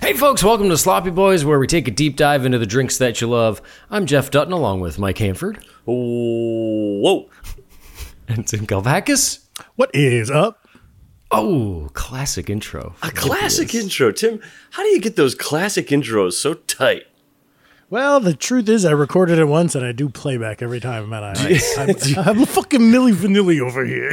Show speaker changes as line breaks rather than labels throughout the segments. Hey folks, welcome to Sloppy Boys, where we take a deep dive into the drinks that you love. I'm Jeff Dutton, along with Mike Hanford
Whoa.
and Tim Galvakis.
What is up?
Oh, classic intro.
A classic intro. Tim, how do you get those classic intros so tight?
Well, the truth is, I recorded it once, and I do playback every time. And I, I'm, I'm a fucking Millie Vanilli over here.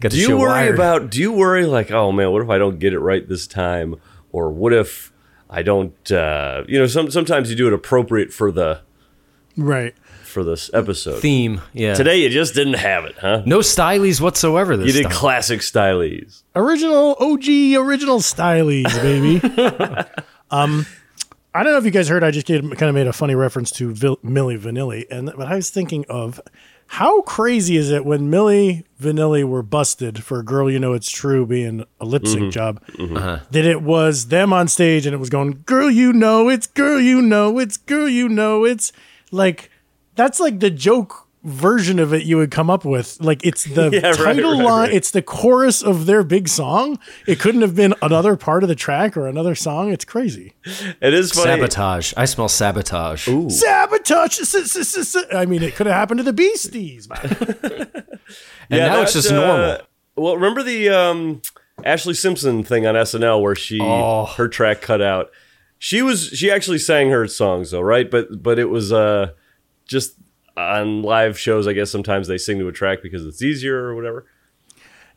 Got
Do
the
you
show
worry
wired.
about do you worry like, oh man, what if I don't get it right this time? Or what if I don't uh you know, some sometimes you do it appropriate for the
right?
for this episode.
theme? Yeah.
Today you just didn't have it, huh?
no stylies whatsoever. This
You did
time.
classic stylies.
Original OG, original stylies, baby. um, I don't know if you guys heard. I just gave, kind of made a funny reference to Vil- Millie Vanilli, and but I was thinking of how crazy is it when Millie Vanilli were busted for "Girl, You Know It's True" being a lip sync
Mm-hmm.
job. That it was them on stage, and it was going, "Girl, you know it's girl, you know it's girl, you know it's." Like that's like the joke version of it you would come up with. Like it's the
Yeah, right,
title
right,
line,
right.
it's the chorus of their big song. It couldn't have been another part of the track or another song. It's crazy.
It is funny.
Sabotage. I smell sabotage. Ooh.
Sabotage. s- s- s- s- I mean, it could have happened to the Beasties. man.
And now it's
that,
just
uh,
normal.
Well, remember the um, Ashley Simpson thing on SNL where she
Oh.
her track cut out. She was she actually sang her songs though, right? But but it was uh just on live shows. I guess sometimes they sing to a track because it's easier or whatever.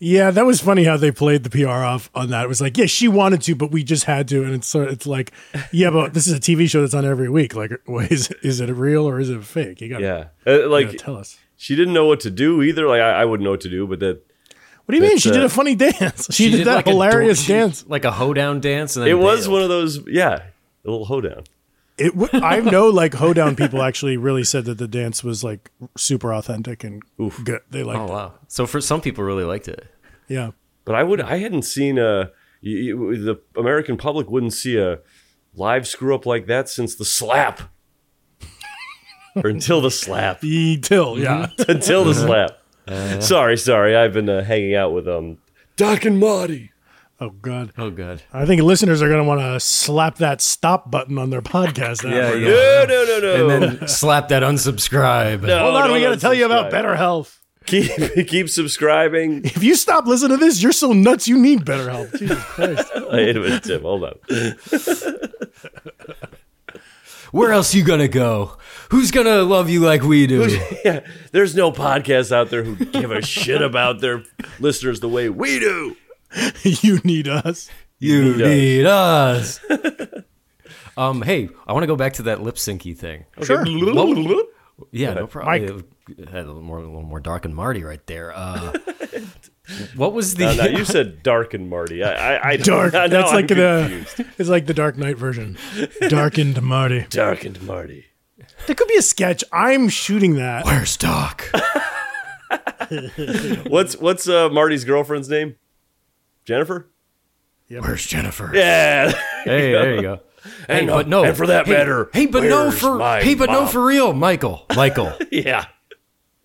Yeah, that was funny how they played the PR off on that. It was like, yeah, she wanted to, but we just had to. And it's sort of, it's like, yeah, but this is a TV show that's on every week. Like, what is is it real or is it fake? You got
Yeah, Uh, like
tell us.
she didn't know what to do either. Like I, I wouldn't know what to do, but that
What do you mean?
That's,
She did
uh,
a funny dance. She, did, that
like a
hilarious
dor- she-
dance.
like a hoedown dance. And then
it was
bailed.
one of those. Yeah, a little hoedown.
It. W- I know, like hoedown people actually really said that the dance was like super authentic and good. They like,
Oh wow! So for some people, really liked it.
yeah.
But I would I hadn't seen a y- y- the American public wouldn't see a live screw up like that since the slap, or until the slap,
E till, yeah.
until the slap.
Uh-huh.
sorry, sorry, I've been uh, hanging out with um Doc and Marty.
Oh god.
Oh god!
I think listeners are going to want to slap that stop button on their podcast. app.
Yeah, yeah.
Uh-huh.
No, no, no, no.
And then slap that unsubscribe.
No,
Hold on,
no,
we got
no,
to tell you about
subscribe.
better health.
Keep keep subscribing.
If you stop listening to this, you're so nuts you need better help. Jesus Christ.
Wait a minute, Tim. uh, Hold on.
Where else you gonna go? Who's gonna love you like we do?
Yeah, there's no podcast out there who give a shit about their listeners the way we do.
you need us.
You
Need us.
need us. um, hey, I want to go back to that lip syncy thing.
Oh,
Sure.
Yeah, no problem. Mike. Had a little more, a little more dark and Marty right there. Uh, what was the?
No, no, you said Dark and Marty. I, I, I
Dark.
now
That's
I'm
like the
confused.
it's like the Dark Knight version. Darkened Marty.
Dark and Marty.
There could be a sketch. I'm shooting that.
Where's Doc?
What's what's uh, Marty's girlfriend's name? Jennifer.
Where's Jennifer?
Yeah.
Hey, there you go. Hey,
no-
but no.
and for that
hey,
matter,
Hey, but no
where's
for.
my
Hey, but no
mom?
for real, Michael. Michael.
yeah.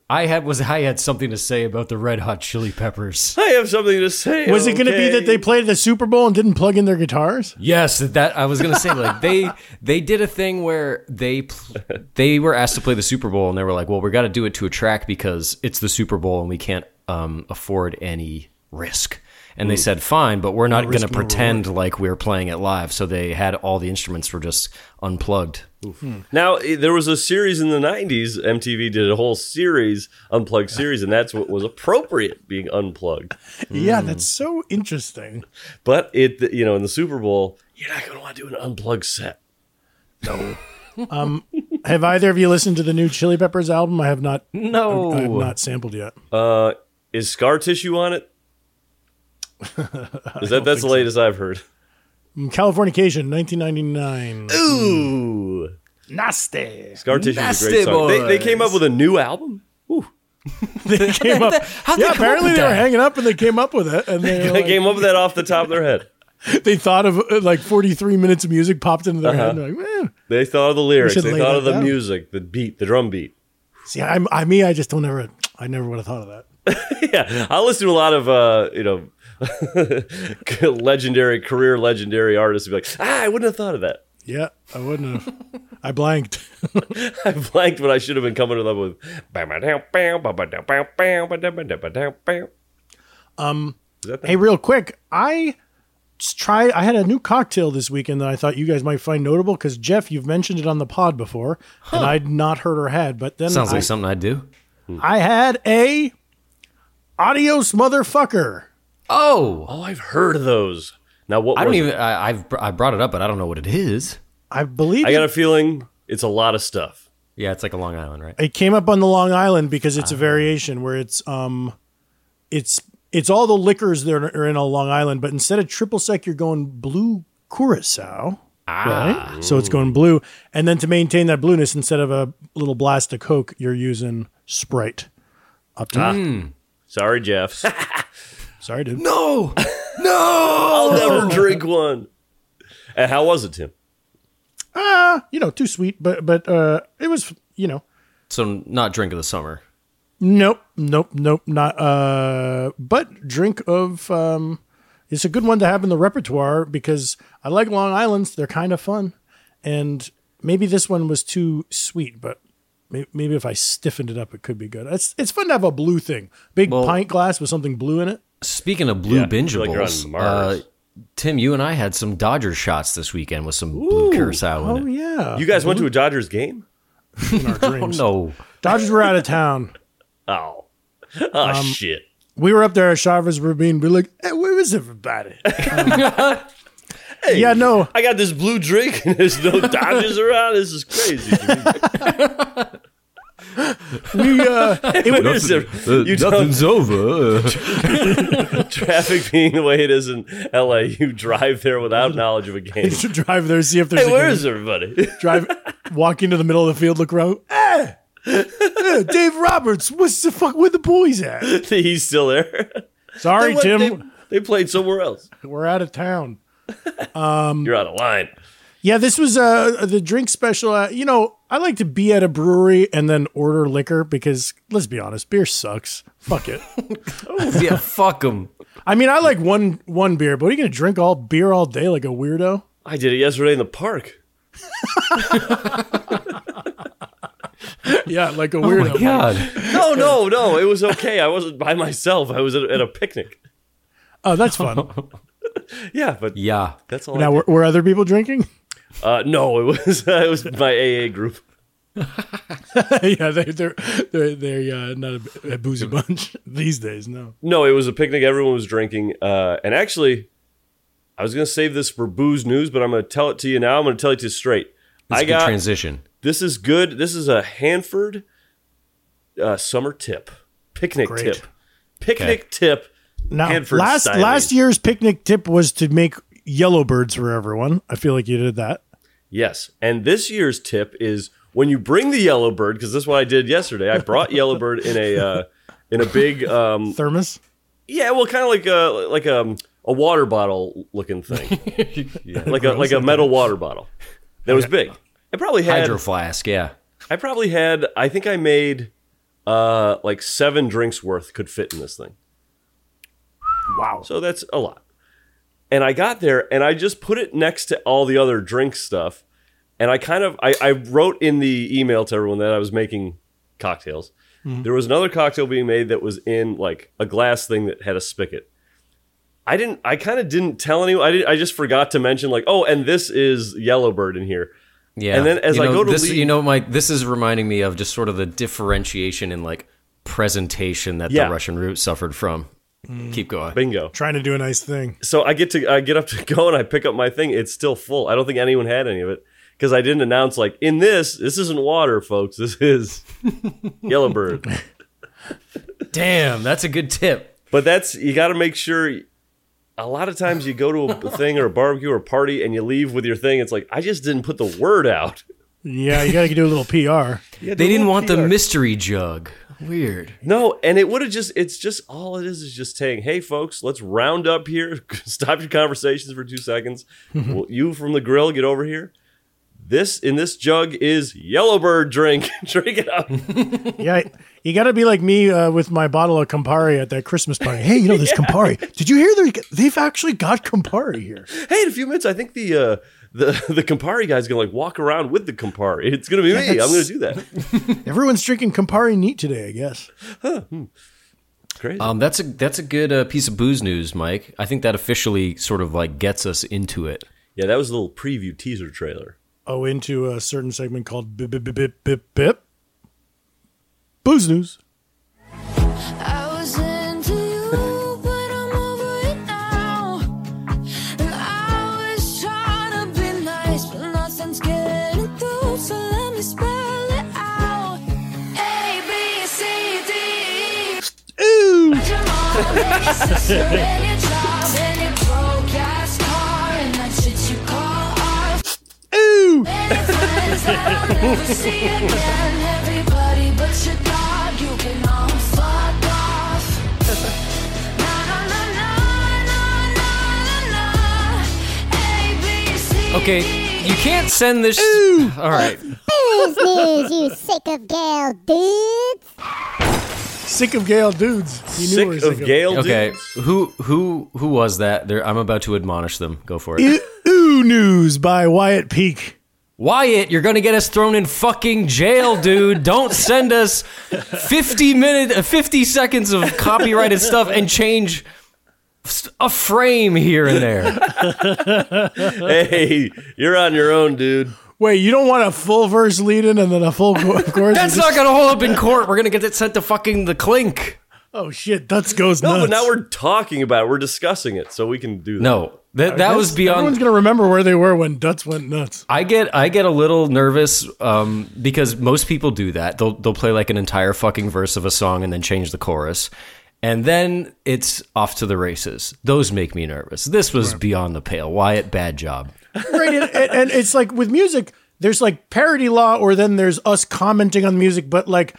I had was I had something to say about the Red Hot Chili Peppers.
I have something to say.
Was it going to be that they played the Super Bowl and didn't plug in their guitars?
yes, that I was gonna say like they they did a thing where they pl- they were asked to play the Super Bowl and they were like, well, we got to do it to a track because it's the Super Bowl and we can't um, afford any risk. And they said, fine, but we're not going to pretend like we're playing it live. So they had all the instruments were just unplugged.
Now i- there was a series in the '90s. MTV did a whole series, unplugged series, and that's what was appropriate being unplugged.
Yeah, that's so interesting.
But it, you know, in the Super Bowl, you're not going to want to do an unplugged set.
Have either of you listened to the new Chili Peppers album? I have not.
No,
I have not sampled yet.
Uh, is scar tissue on it? Is that that's the latest I've heard?
Um, Californication, 1999.
Ooh,
Nasty.
scar tissue is a
Nasty
great song. They, they came up with a new album.
They came up.
How'd they come
yeah,
up
apparently
with
they were
that?
hanging up and they came up with it, and they,
They
like,
came up with that off the top of their head.
they thought of uh, like 43 minutes of music popped into their head. And they're like, "Eh."
They thought of the lyrics.
should
They
lay
thought
that
of the
down.
music, the beat, the drum beat.
See, I'm, I me, I just don't ever. I never would have thought of that.
Yeah, I listen to a lot of uh, you know legendary career legendary artists. Be like, ah, I wouldn't have thought of that.
Yeah, I wouldn't have. I blanked.
I blanked, but I should have been coming to them with.
Hey, real quick, I just tried. I had a new cocktail this weekend that I thought you guys might find notable because Jeff, you've mentioned it on the pod before, and I'd not heard or had. But then
sounds
I,
like something I'd do.
I had a adios motherfucker.
Oh,
Oh, I've heard of those. Now what?
I don't
was it?
even. I, I've I brought it up, but I don't know what it is.
I believe
I got a feeling it's a lot of stuff.
Yeah, it's like a Long Island, right?
it came up on the Long Island because it's a variation where it's um, it's it's all the liquors that are are in a Long Island, but instead of triple sec, you're going blue curacao. Right? So it's going blue, and then to maintain that blueness, instead of a little blast of Coke, you're using Sprite. Up top.
Sorry, Jeff.
Sorry, dude.
No,
I'll never drink one. And how was it, Tim?
You know, too sweet, but but uh, it was you know,
so not drink of the summer.
nope, nope, nope, not uh, but drink of um, it's a good one to have in the repertoire because I like Long Island's. They're kind of fun, and maybe this one was too sweet, but may- maybe if I stiffened it up, it could be good. It's it's fun to have a blue thing, big pint glass with something blue in it.
Speaking of blue
Yeah, I feel like you're on
bingeables,
Mars.
uh, Tim, you and I had some Dodger shots this weekend with some blue curacao in
Oh
it.
yeah,
You guys went to a Dodgers game?
in our dreams.
No,
Dodgers were out of town.
Oh, oh
Um,
shit!
we were up there at Chavez Ravine. We were like, hey, where is everybody? Um, yeah, no.
I got this blue drink and there's no Dodgers around. This is crazy.
We, uh, it was-
Nothing- you nothing's over. Traffic being the way it is in LA, you drive there without knowledge of a game.
to drive there, see if there's
Hey,
a
where
game.
is everybody?
drive, walk into the middle of the field, look around. Hey, hey, Dave Roberts, what's the fuck? Where the boys at?
He's still there.
Sorry,
What?
Tim,
They, they played somewhere else.
we're out of town.
You're out of line.
Yeah, this was uh, the drink special. Uh, you know, I like to be at a brewery and then order liquor because let's be honest, beer sucks. Fuck it.
yeah, fuck them.
I mean, I like one one beer, but are you gonna drink all beer all day like a weirdo?
I did it yesterday in the park.
Yeah, like a
Oh
weirdo.
God,
No, no, no. It was okay. I wasn't by myself. I was at, at a picnic.
Oh, that's fun.
Yeah, but
yeah.
that's all. I
now, were, were other people drinking?
Uh, no, it was it was my AA group.
yeah, they, they're they're they're uh, not a, a boozy bunch these days. No,
No, it was a picnic. Everyone was drinking. Uh, and actually, I was gonna save this for booze news, but I'm gonna tell it to you now. I'm gonna tell it to you straight.
It's
I
a good
got
transition.
this is good. This is a Hanford uh, summer tip, picnic
Great.
tip, picnic tip.
now
Hanford
last
styling.
last year's picnic tip was to make yellow birds for everyone. I feel like you did that.
Yes. And this year's tip is when you bring the yellow bird, because that's what I did yesterday. I brought yellow bird in a uh, in a big um,
Thermos.
yeah, well, kind of like a like a, a water bottle looking thing, like a like a metal water bottle that was big. I probably had
Hydro flask, yeah.
I probably had I think I made uh, like seven drinks worth could fit in this thing.
Wow.
So that's a lot. And I got there and I just put it next to all the other drink stuff. And I kind of I, I wrote in the email to everyone that I was making cocktails. There was another cocktail being made that was in like a glass thing that had a spigot. I didn't I kind of didn't tell anyone. I did I just forgot to mention like, oh, and this is Yellowbird in here.
Yeah.
And then as
You
I
know,
go to
this,
leave-
you know, Mike, this is reminding me of just sort of the differentiation in like presentation that
Yeah. Mm.
the Russian root suffered from. Keep going.
Bingo.
Trying to do a nice thing.
so I get to I get up to go and I pick up my thing. It's still full. I don't think anyone had any of it because I didn't announce like in this. This isn't water, folks. This is Yellowbird.
Damn, that's a good tip.
But that's you got to make sure. A lot of times you go to a thing or a barbecue or a party and you leave with your thing. It's like I just didn't put the word out.
Yeah, you got to do a little PR.
They didn't want the mystery jug. Weird.
No, and it would have just. It's just all it is is just saying, "Hey, folks, let's round up here. Stop your conversations for two seconds. well, you from the grill, get over here." This in this jug is Yellowbird drink. drink it up.
Yeah, you got to be like me uh, with my bottle of Campari at that Christmas party. Hey, you know this Campari? Did you hear they they've actually got Campari here?
hey, in a few minutes, I think the uh, the the Campari guy's gonna like walk around with the Campari. It's gonna be me. I'm gonna do that.
Everyone's drinking Campari neat today, I guess.
Crazy.
Um, that's a that's a good uh, piece of booze news, Mike. I think that officially sort of like gets us into it.
yeah, that was a little preview teaser trailer.
Oh, into a certain segment called Bip Bip Bip Bip Bip Bip. Booze News.
I was into you, but I'm over it now. And I was trying to be nice, but nothing's getting through. So let me spell it out. A B C D. E. Ooh. Your mom, your sister, and your job, and your broke ass car, and that shit you call art.
Ooh.
And your friends that I'll never see again. Everybody but your dog, you can all fuck off. Na, na, na, na, na, na, na, na. A, B, C,
Okay,
D.
you can't send this. All right,
Booze news, you sick of Gale dudes.
Sick of Gale dudes. You knew we were
Sick of Gale.
okay.
dudes.
Who who who was that? There, I'm about to admonish them. Go for it,
Ooh News by Wyatt Peak.
Wyatt. You're gonna get us thrown in fucking jail, dude. Don't send us 50 minute, uh, 50 seconds of copyrighted stuff and change s- a frame here and there.
Hey, you're on your own, dude.
Wait, you don't want a full verse lead in and then a full co- chorus?
That's
You
not
just-
gonna hold up in court. We're gonna get it sent to fucking the clink.
Oh shit, that goes
No,
nuts.
but now we're talking about it. We're discussing it, so we can do that.
No, that that was beyond.
Everyone's gonna remember where they were when Dutz went nuts.
I get I get a little nervous um, because most people do that. They'll they'll play like an entire fucking verse of a song and then change the chorus, and then it's off to the races. Those make me nervous. This was beyond the pale. Wyatt, bad job.
right and, and, and it's like with music there's like parody law or then there's us commenting on music but like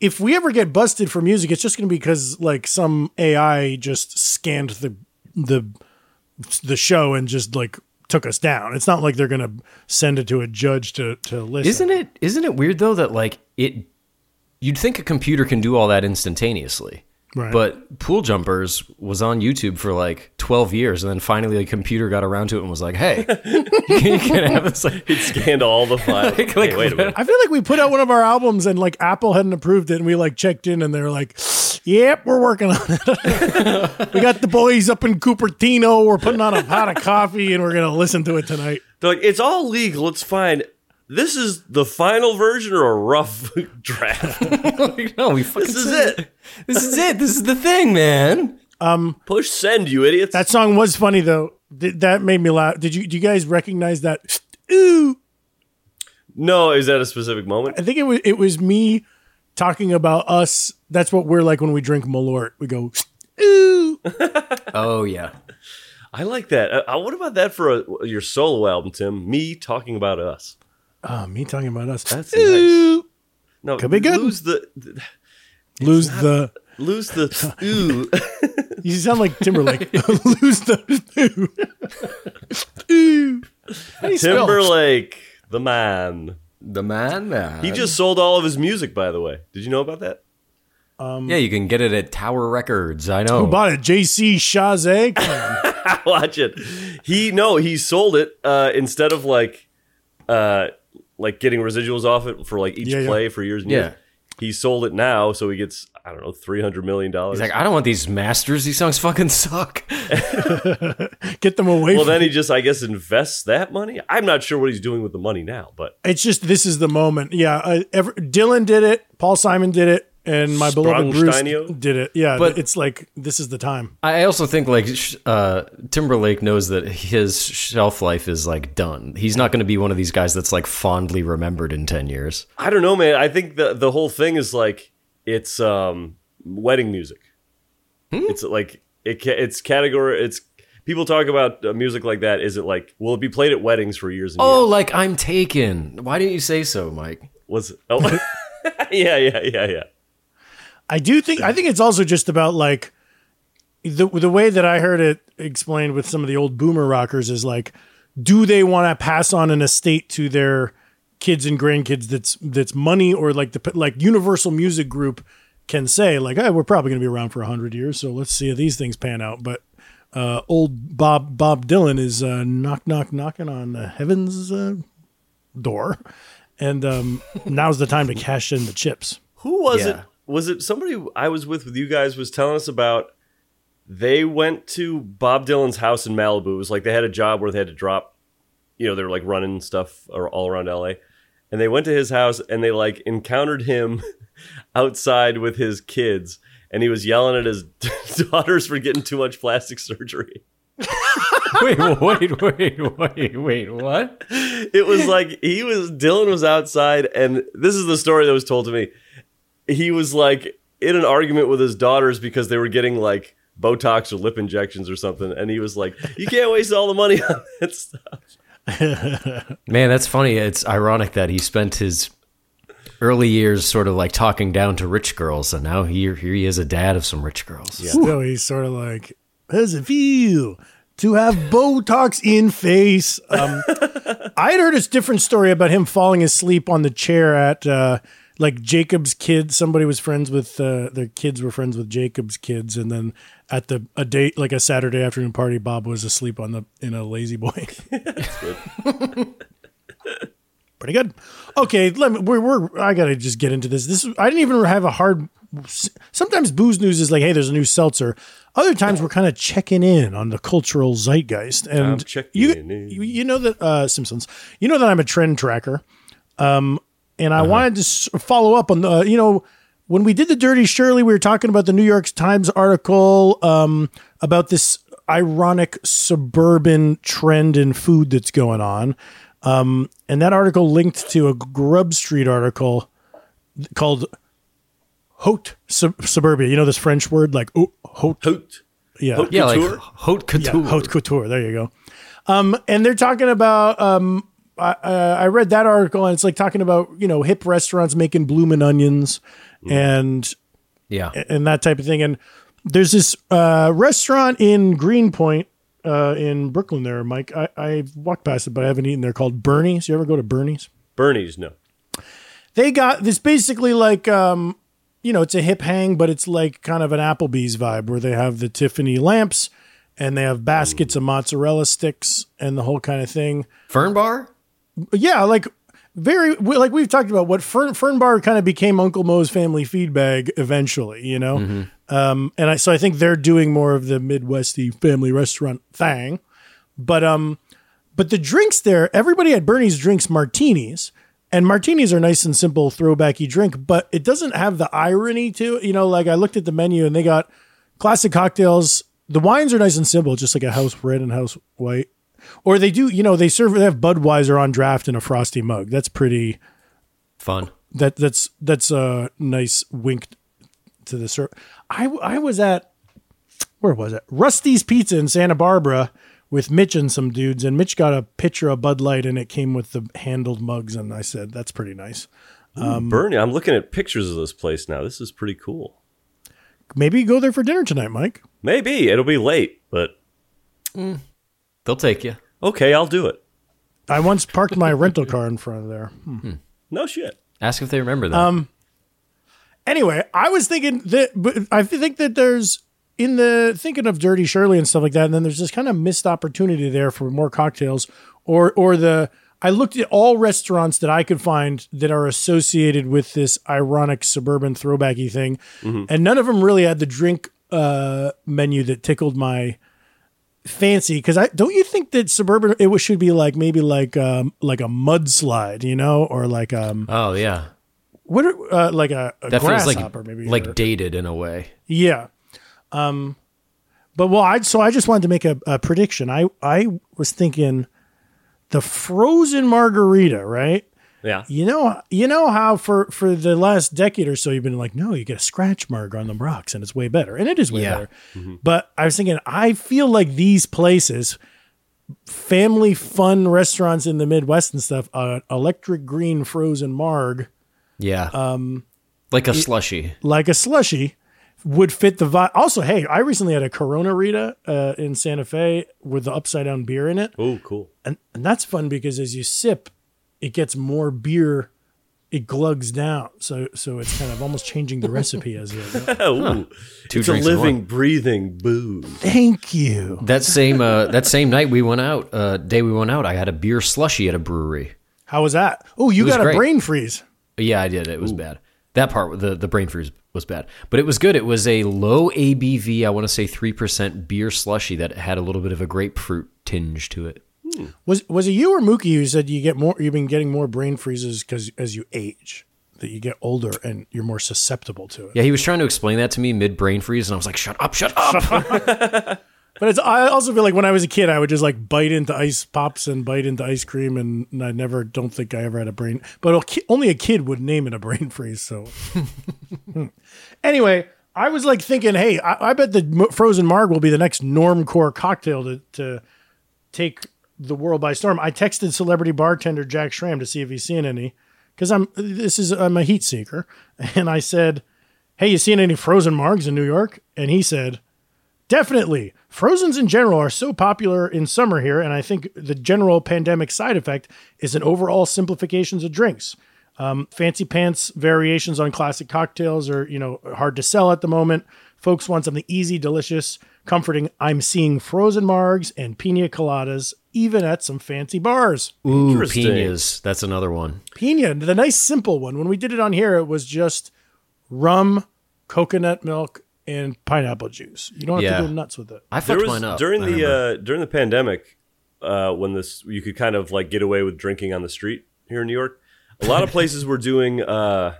if we ever get busted for music it's just going to be because like some ai just scanned the the the show and just like took us down it's not like they're going to send it to a judge to to listen
Isn't it isn't it weird though that like it you'd think a computer can do all that instantaneously.
Right.
But Pool Jumpers was on YouTube for like 12 years and then finally a computer got around to it and was like, "Hey, you can have this like
Scanned all the files.
Like-
Hey,
like-
wait a minute.
i feel like we put out one of our albums and like apple hadn't approved it and we like checked in and they're like yep we're working on it we got the boys up in cupertino we're putting on a pot of coffee and we're going to listen to it tonight
They're like, it's all legal. It's fine. This is the final version or a rough draft.
no, we fucking
This is
said
it.
This is it. This is the thing, man.
Push send, you idiots.
That song was funny though. Did, that made me laugh. Did you? Do you guys recognize that? Ooh,
no, is that a specific moment?
I think it was. It was me talking about us. That's what we're like when we drink Malort. We go. Ooh,
Oh yeah.
I like that. Uh, uh, what about that for a, your solo album, Tim? Me talking about us.
oh, me talking about us.
That's
ooh.
No,
Could be good.
Lose the, th-
Lose the.
lose the. ooh,
You sound like Timberlake. Lose the. Ooh. ooh. How do you spell?
Timberlake, the man.
The man, man.
Uh,
He just sold all of his music. By the way, did you know about that?
yeah, you can get it at Tower Records. I know.
Who bought it? J.C. Chazé. Come on.
Watch it. He no, he sold it uh, instead of like uh, like getting residuals off it for like each
Yeah, yeah.
play for years and
Yeah.
years. He sold it now, so he gets I don't know three hundred million dollars.
He's like, I don't want these masters. These songs fucking suck.
Get them away.
well,
from
then he just I guess invests that money. I'm not sure what he's doing with the money now, but
It's just this is the moment. Yeah, uh, ever, Dylan did it. Paul Simon did it, and my beloved Bruce
Sprungsteinio?
did it. Yeah,
But-
but it's like this is the time.
I also think like sh- uh, Timberlake knows that his shelf life is like done. He's not going to be one of these guys that's like fondly remembered in ten years.
I don't know, man. I think the the whole thing is like it's um wedding music. It's like it ca- it's category it's people talk about uh, music like that is it like will it be played at weddings for years and
Oh,
years?
like I'm taken. Why didn't you say so, Mike?
Was oh Yeah, yeah, yeah, yeah.
I do think. I think it's also just about like the the way that I heard it explained with some of the old boomer rockers is like, do they want to pass on an estate to their kids and grandkids that's that's money or like the like Universal Music Group can say like, hey, we're probably going to be around for hundred years, so let's see how these things pan out, but. Uh, old Bob Bob Dylan is uh, knock knock knocking on the heaven's uh, door, and um, now's the time to cash in the chips.
Who was it?
Yeah.
Was it somebody I was with with you guys was telling us about they went to Bob Dylan's house in Malibu. It was like they had a job where they had to drop, you know, they were like running stuff or all around LA. And they went to his house and they like encountered him outside with his kids and he was yelling at his daughters for getting too much plastic surgery.
wait, wait, wait, wait, wait. What?
It was like he was Dylan was outside, and this is the story that was told to me. He was like in an argument with his daughters because they were getting like Botox or lip injections or something, and he was like, "You can't waste all the money on that stuff."
Man, that's funny. It's ironic that he spent his early years sort of like talking down to rich girls, and now here here he is a dad of some rich girls. Yeah.
Still, he's sort of like, how does it feel to have Botox in face? Um, I had heard a different story about him falling asleep on the chair at uh, like Jacob's kids. Somebody was friends with uh, their kids were friends with Jacob's kids, and then at the a date like a Saturday afternoon party, Bob was asleep on the in a lazy boy. Pretty good. Okay, let me. We're, we're I gotta just get into this. This is- I didn't even have a hard. Sometimes booze news is like, hey, there's a new seltzer. Other times we're kind of checking in on the cultural zeitgeist, and
checking
you,
in.
you you know that uh, Simpsons. You know that I'm a trend tracker, um, and
Uh-huh.
I wanted to s- follow up on the you know when we did the Dirty Shirley, we were talking about the New York Times article um, about this ironic suburban trend in food that's going on. Um, and that article linked to a Grub Street article called haute sub- suburbia. You know this French word like oh, haute,
Hoot.
yeah,
Haute
Yeah, like
couture?
haute
yeah,
couture.
haute couture. There you go. Um, and they're talking about. Um, I, uh, I read that article, and it's like talking about you know hip restaurants making bloomin' onions, and
yeah.
and that type of thing. And there's this uh, restaurant in Greenpoint uh, in Brooklyn there, Mike. I, I've walked past it, but I haven't eaten there called Bernie's. You ever go to Bernie's?
Bernie's no.
They got this basically like, um, you know, it's a hip hang, but it's like kind of an Applebee's vibe where they have the Tiffany lamps and they have baskets of mozzarella sticks and the whole kind of thing.
Fern bar?
Yeah, like very we- like we've talked about what Fern, Fern Bar kind of became Uncle Mo's family feed bag eventually, you know. Um, and I so I think they're doing more of the Midwesty family restaurant thing, but um, but the drinks there, everybody at Bernie's drinks martinis. And martinis are nice and simple throwbacky drink, but it doesn't have the irony to it. You know, like I looked at the menu and they got classic cocktails. The wines are nice and simple, just like a house red and house white. Or they do, you know, they serve they have Budweiser on draft in a frosty mug. That's pretty
Fun.
that that's that's a nice wink to the serve. I I was at where was it? Rusty's Pizza in Santa Barbara with Mitch and some dudes, and Mitch got a pitcher of Bud Light, and it came with the handled mugs, and I said, "That's pretty nice."
um,
Bernie. I'm looking at pictures of this place now. This is pretty cool.
Maybe go there for dinner tonight, Mike.
Maybe it'll be late, but
They'll take you.
okay, I'll do it.
I once parked my rental car in front of there.
No shit.
Um,
Ask if they remember that.
Anyway, I was thinking that but I think that there's in the thinking of Dirty Shirley and stuff like that, and then there's this kind of missed opportunity there for more cocktails or or the I looked at all restaurants that I could find that are associated with this ironic suburban throwbacky thing,
Mm-hmm.
and none of them really had the drink uh, menu that tickled my fancy because I don't you think that suburban it was- should be like maybe like um like a mudslide you know or like um
Oh yeah,
what are, uh, like a, a
that feels like
grasshopper maybe
like
or-
dated in a way.
yeah um but well I so I just wanted to make a, a prediction I I was thinking the frozen margarita right
Yeah.
you know you know how for for the last decade or so you've been like no you get a scratch mark on the rocks and it's way better and it is way
Yeah.
better but i was thinking i feel like these places family fun restaurants in the midwest and stuff uh, electric green frozen marg
Yeah, um, like a slushy.
like a slushy would fit the vibe also hey i recently had a corona rita uh, in santa fe with the upside down beer in it
Oh, cool.
and, and that's fun because as you sip, it gets more beer. It glugs down, so so it's kind of almost changing the recipe as you go.
Oh,
Two
it's a
drinks in one.
living, breathing booze.
Thank you.
That same uh, that same night we went out, uh, day we went out, I had a beer slushy at a brewery.
How was that? Oh, you
was
got a
great.
brain freeze.
Yeah, I did. It was bad. That part, the the brain freeze was bad, but it was good. It was a low ABV, I want to say three percent beer slushy that had a little bit of a grapefruit tinge to it.
Was was it you or Mookie who said you get more? You've been getting more brain freezes because as you age, that you get older and you're more susceptible to it.
Yeah, he was trying to explain that to me mid brain freeze, and I was like, "Shut up, shut up!"
But it's, I also feel like when I was a kid, I would just like bite into ice pops and bite into ice cream, and I never don't think I ever had a brain. But a ki- only a kid would name it a brain freeze. So Hmm. anyway, I was like thinking, hey, I, I bet the Mo- frozen marg will be the next normcore cocktail to, to take the world by storm. I texted celebrity bartender Jack Schramm to see if he's seen any, because I'm this is I'm a heat seeker, and I said, hey, you seen any frozen margs in New York? And he said. Definitely. Frozens in general are so popular in summer here, and I think the general pandemic side effect is an overall simplifications of drinks. Um, fancy pants variations on classic cocktails are, you know, hard to sell at the moment. Folks want something easy, delicious, comforting. I'm seeing frozen margs and pina coladas, even at some fancy bars.
Ooh,
Interesting.
pinas. That's another one.
Pina, the nice simple one. When we did it on here, it was just rum, coconut milk, and pineapple juice. You don't have
Yeah.
to go nuts with it.
I
There
fucked
was
mine up
during
I
the
remember.
uh, during the pandemic, uh, when this you could kind of like get away with drinking on the street here in New York. A lot of places were doing uh,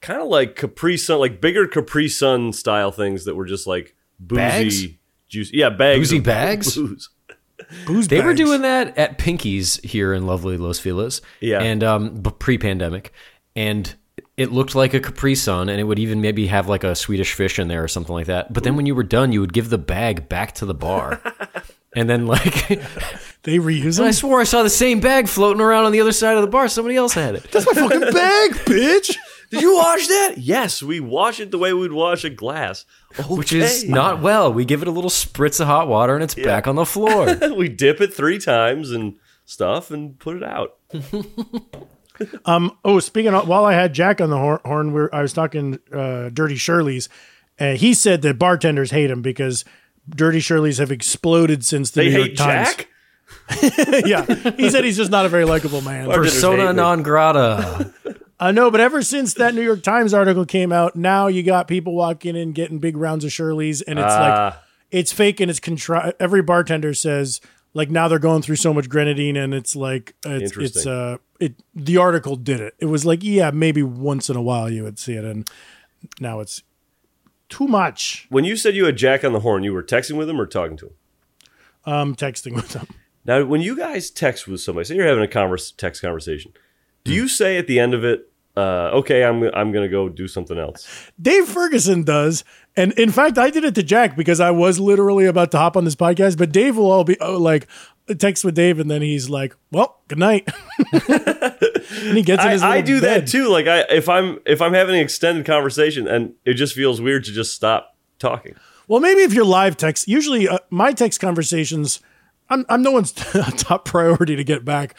kind of like Capri Sun, like bigger Capri Sun style things that were just like boozy
Bags?
juice. Yeah, bags.
Boozy
of
bags?
Booze.
Booze
They were
bags.
doing that at Pinky's here in lovely Los Feliz.
Yeah.
And um, b- pre-pandemic, and it looked like a Capri Sun, and it would even maybe have like a Swedish fish in there or something like that. But then when you were done, you would give the bag back to the bar. And then, like,
They reuse
I
them.
swore I saw the same bag floating around on the other side of the bar. Somebody else had it.
That's my fucking bag, bitch.
Did you wash that? Yes, we wash it the way we'd wash a glass,
Which is
Okay.
not well. We give it a little spritz of hot water, and it's back on the floor.
we dip it three times and stuff and put it out.
Oh, speaking of, while I had Jack on the hor- horn, we were, I was talking uh, Dirty Shirley's, and he said that bartenders hate him because Dirty Shirley's have exploded since the
They
New
hate
York Times.
Jack.
yeah, he said he's just not a very likable man.
Persona non grata.
I know, but ever since that New York Times article came out, now you got people walking in getting big rounds of Shirley's, and it's like it's fake and it's contrived. Every bartender says like now they're going through so much grenadine, and it's like it's it's
Interesting.
uh it the article did it. It was like yeah, maybe once in a while you would see it, and now it's too much.
When you said you had Jack on the horn, you were texting with him or talking to him?
Um, texting with them.
Now, when you guys text with somebody, say you're having a converse, text conversation, do
Hmm.
you say at the end of it, uh, "Okay, I'm I'm gonna go do something else"?
Dave Ferguson does. And in fact, I did it to Jack because I was literally about to hop on this podcast, but Dave will all be oh, like text with Dave and then he's like, well, good night. and he gets in
I,
his little
I do
bed.
that too. Like, I if I'm if I'm having an extended conversation and it just feels weird to just stop talking.
Well, maybe if you're live text, usually uh, my text conversations, I'm, I'm no one's top priority to get back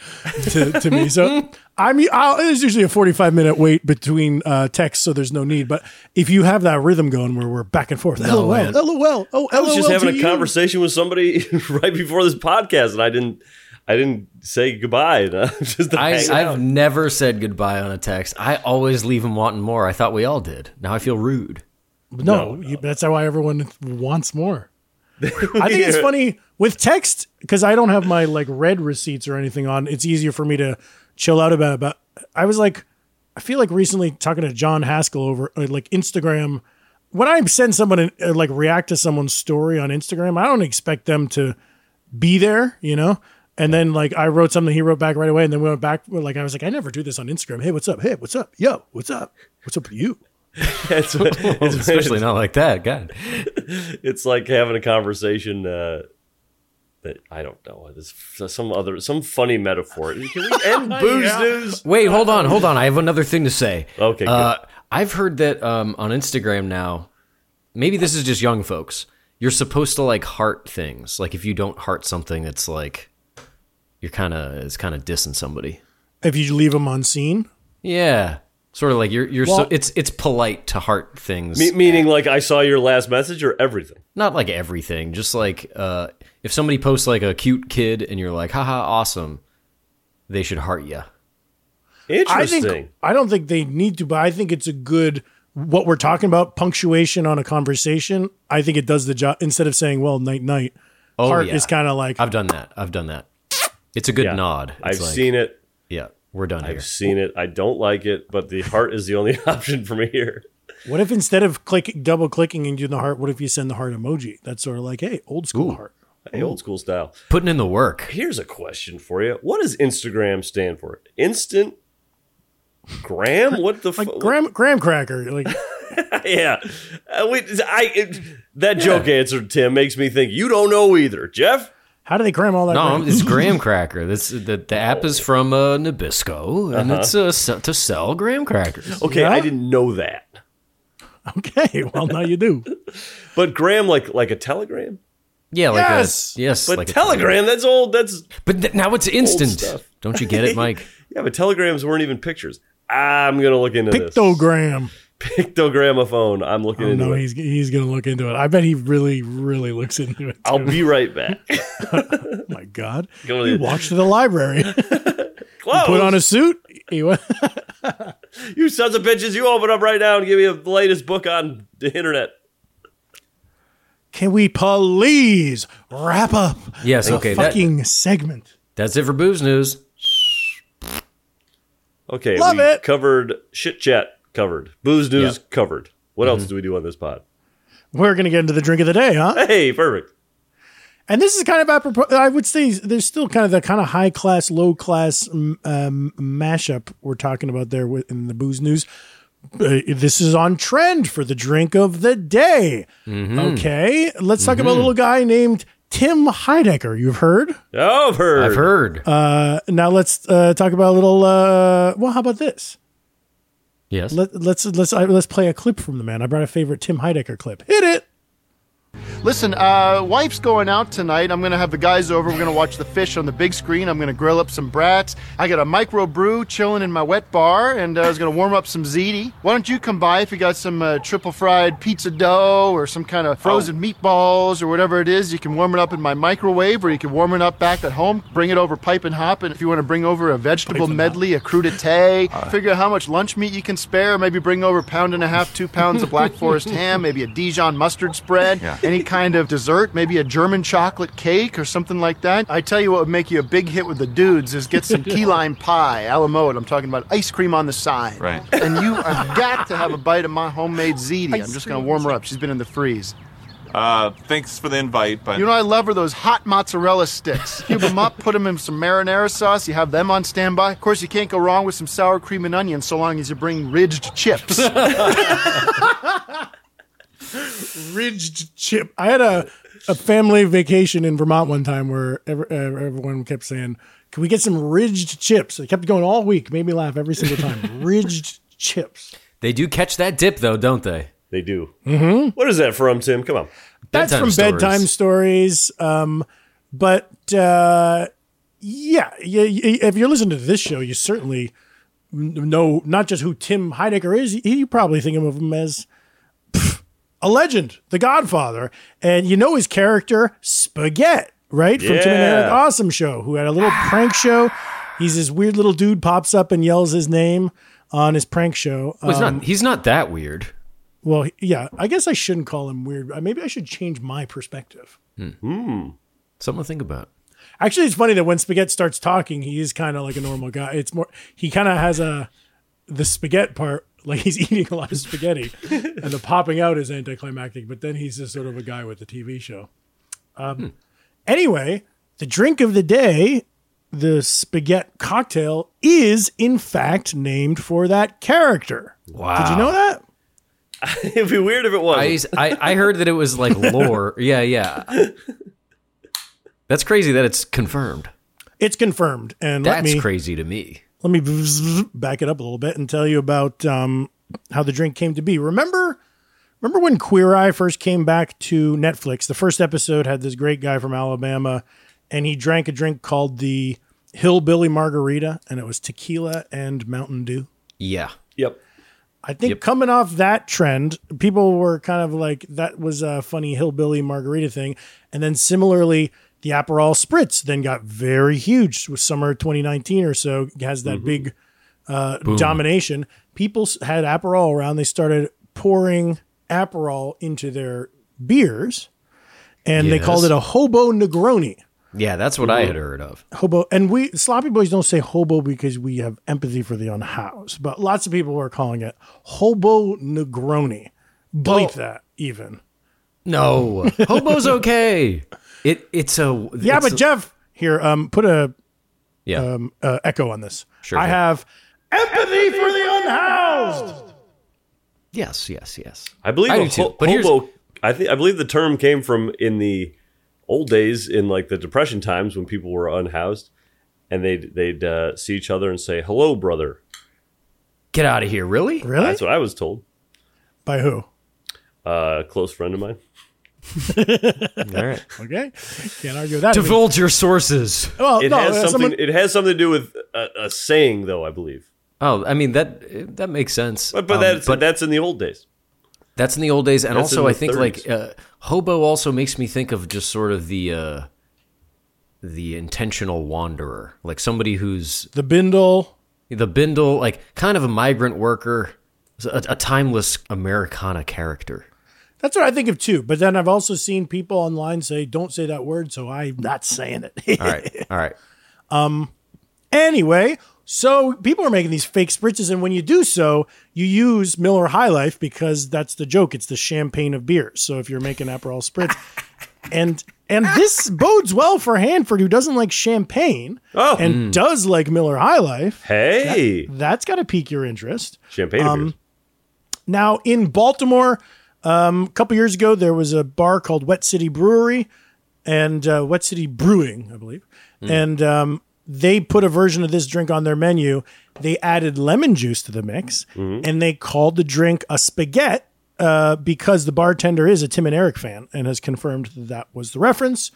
to, to me. So I'm. I'll, there's usually a 45 minute wait between uh, texts, so there's no need. But if you have that rhythm going where we're back and forth, LOL,
man.
LOL, oh,
I was just
LOL to
having a
you.
conversation with somebody right before this podcast, and I didn't, I didn't say goodbye. And I'm just
I,
hanging
I've
out.
never said goodbye on a text. I always leave them wanting more. I thought we all did. Now I feel rude.
No, You, that's why everyone wants more. I think it's funny with text because I don't have my like red receipts or anything on. It's easier for me to chill out about it. But I was like, I feel like recently talking to John Haskell over uh, like Instagram. When I send someone an- uh, like react to someone's story on Instagram, I don't expect them to be there, you know. And then like I wrote something, he wrote back right away, and then we went back. Like I was like, I never do this on Instagram. Hey, what's up? Hey, what's up? Yo, what's up? What's up with you?
It's, it's-
Especially not like that. God.
it's like having a conversation uh, that I don't know. There's some other, some funny metaphor. Can we end booze news?
Wait, hold on, hold on. I have another thing to say.
Okay, good.
Uh, I've heard that um, on Instagram now, maybe this is just young folks. You're supposed to like heart things. Like if you don't heart something, it's like you're kind of it's kind of dissing somebody.
If you leave them on scene,
Yeah, sort of like you're you're so
Well-
it's it's polite to heart things.
Me- meaning, like I saw your last message or everything.
Not like everything, just like uh, if somebody posts like a cute kid and you're like, haha, awesome, they should heart you.
I
Interesting.
think I don't think they need to, but I think it's a good what we're talking about punctuation on a conversation. I think it does the job instead of saying "well night night."
Oh,
heart
yeah.
is kind of like
I've done that. I've done that. It's a good
Yeah.
nod. It's
I've
like,
seen it.
Yeah, we're done here.
I've seen it. I don't like it, but the heart is the only option for me here.
what if instead of click double clicking and doing the heart, what if you send the heart emoji? That's sort of like hey, old school heart.
Hey, old school style.
Putting in the work.
Here's a question for you. What does Instagram stand for? Instant gram? What the
Like
fu-
graham graham cracker, like
Yeah. Uh, wait, I it, that joke answer Tim makes me think you don't know either, Jeff.
how do they cram all that?
No,
graham?
it's graham cracker. This the, the app
Oh.
is from uh, Nabisco, and it's
Uh-huh.
uh, se- to sell graham crackers.
Okay,
Yeah?
I didn't know that.
okay, well now you do.
But gram like like a telegram?
Yeah, like
Yes!
a, yes,
But
like a-
telegram, that's old. That's
but th- now it's instant.
stuff.
Don't you get it, Mike?
Yeah, but telegrams weren't even pictures. I'm going to look into this.
Pictogram.
Pictogramophone. I'm looking
Oh,
into
no,
it.
he's he's gonna look into it. I bet he really really looks into it.
I'll be right back.
Oh my god,
Go to
he
the-
walked to the library.
Close.
put on a suit. He went,
You sons of bitches, you open up right now and give me the latest book on the internet.
Can we please wrap up
Yes.
the
Okay. that-
fucking segment?
that's it for booze news.
Okay,
Love
we
it.
covered shit chat covered. Booze news covered. What
Mm-hmm.
else do we do on this pod?
We're gonna get into the drink of the day, huh?
Hey, perfect.
And this is kind of apropos. I would say there's still kind of the kind of high class, low class um, um, mashup we're talking about there with- in the booze news. Uh, this is on trend for the drink of the day.
Mm-hmm.
Okay, let's talk about a little guy named Tim Heidecker. You've heard.
Oh, I've heard.
I've heard.
Uh, Now let's uh, talk about a little. Uh, well, how about this?
yes.
Let, let's let's I, let's play a clip from the man. I brought a favorite Tim Heidecker clip. Hit it.
Listen, uh, wife's going out tonight. I'm gonna have the guys over. We're gonna watch the fish on the big screen. I'm gonna grill up some brats. I got a micro brew chilling in my wet bar, and uh, I was gonna warm up some ziti. Why don't you come by if you got some uh, triple fried pizza dough or some kind of frozen meatballs or whatever it is? You can warm it up in my microwave, or you can warm it up back at home. Bring it over pipe and hop, and if you want to bring over a vegetable medley, a crudité, figure out how much lunch meat you can spare. Maybe bring over a pound and a half, two pounds of black forest ham, maybe a Dijon mustard spread, any kind of dessert, maybe a German chocolate cake or something like that. I tell you what would make you a big hit with the dudes is get some key lime pie, a la mode. I'm talking about ice cream on the side. Right. And you have got to have a bite of my homemade ziti. I'm just going to warm her up. She's been in the freeze.
Uh, Thanks for the invite, but
You know, I love are those hot mozzarella sticks. Cube them up, put them in some marinara sauce. You have them on standby. Of course, you can't go wrong with some sour cream and onion so long as you bring ridged chips.
Ridged chip. I had a a family vacation in Vermont one time where ever, uh, everyone kept saying, "Can we get some ridged chips?" It kept going all week. Made me laugh every single time. ridged chips.
They do catch that dip though, don't they?
They do. Mm-hmm. is that from, Tim? Come on.
That's
Bedtime
from
stories.
bedtime stories. Um, but uh, yeah, yeah, y- if you're listening to this show, you certainly know not just who Tim Heidecker is, you probably think of him as pff, a legend, the Godfather, and you know his character Spaghetti, right? From Tim and
Yeah.
Eric Awesome Show, who had a little prank show. He's this weird little dude pops up and yells his name on his prank show.
Well, he's
Um,
not. He's not that weird.
well, he- yeah, I guess I shouldn't call him weird. Uh, Maybe I should change my perspective.
Hmm. Something to think about.
Actually, it's funny that when Spaghetti starts talking, he is kind of like a normal guy. It's more he kind of has a the spaghetti part, like he's eating a lot of spaghetti, and the popping out is anticlimactic. But then he's just sort of a guy with a TV show. Um,
Hmm.
Anyway, the drink of the day, the spaghetti cocktail, is in fact named for that character.
Wow.
Did you know that?
It'd be weird if it
I,
was.
I I heard that it was like lore. yeah, yeah. That's crazy that it's confirmed.
It's confirmed. And let
That's
me-
crazy to me.
let me vzz- vzz- back it up a little bit and tell you about um, how the drink came to be. Remember, remember when Queer Eye first came back to Netflix? The first episode had this great guy from Alabama, and he drank a drink called the Hillbilly Margarita, and it was tequila and Mountain Dew.
Yeah.
Yep.
I think coming off that trend, people were kind of like, that was a funny hillbilly margarita thing. And then similarly, the Aperol Spritz then got very huge with summer 2019 or so, has that big uh,
Mm-hmm. Boom.
domination. People s- had Aperol around. They started pouring Aperol into their beers and they
Yes.
called it a hobo Negroni.
Yeah, that's what I had heard of.
Hobo, and we sloppy boys don't say hobo because we have empathy for the unhoused, but lots of people are calling it hobo Negroni. Bleep
Oh.
that even.
No, hobo's okay. It it's a
Yeah,
it's
but
a-
Jeff here, um, put a
Yeah.
um, uh, echo on this.
Sure
I
thing. Oh.
have empathy for the unhoused.
yes, yes, yes.
I believe
I
a
do too,
ho-
but here's-
hobo. I think I believe the term came from in the old days, in like the Depression times when people were unhoused, and they'd they'd uh, see each other and say "Hello, brother."
Hmm? Get out of here! Really?
Really?
That's what I was told.
By who?
Uh, a close friend of mine.
All right.
Okay, can't argue with that.
Divulge your sources.
Well,
it
no,
has
uh,
something.
someone-
It has something to do with a, a saying, though. I believe,
Oh, I mean that that makes sense.
but, but
Um,
that's that's in the old days.
That's in the old days, and
That's
also
in
I
the
think like uh, hobo also makes me think of just sort of the uh, the intentional wanderer, like somebody who's
the bindle,
the bindle, like kind of a migrant worker, a, a timeless Americana character.
That's what I think of too. But then I've also seen people online say, "Don't say that word," so I'm not saying it.
All right, all right.
Um, anyway, so people are making these fake spritzes, and when you do so, you use Miller High Life because that's the joke. It's the champagne of beers. So if you're making Aperol spritz, and and this bodes well for Hanford, who doesn't like champagne
Oh.
and
Mm.
does like Miller High Life.
Hey,
That, has got to pique your interest.
champagne.
Um,
beers.
Now in Baltimore, um, a couple years ago, there was a bar called Wet City Brewery and uh, Wet City Brewing, I believe,
Mm.
and um, they put a version of this drink on their menu. They added lemon juice to the mix,
Mhm.
and they called the drink a spaghetti. Uh, because the bartender is a Tim and Eric fan and has confirmed that, that was the reference.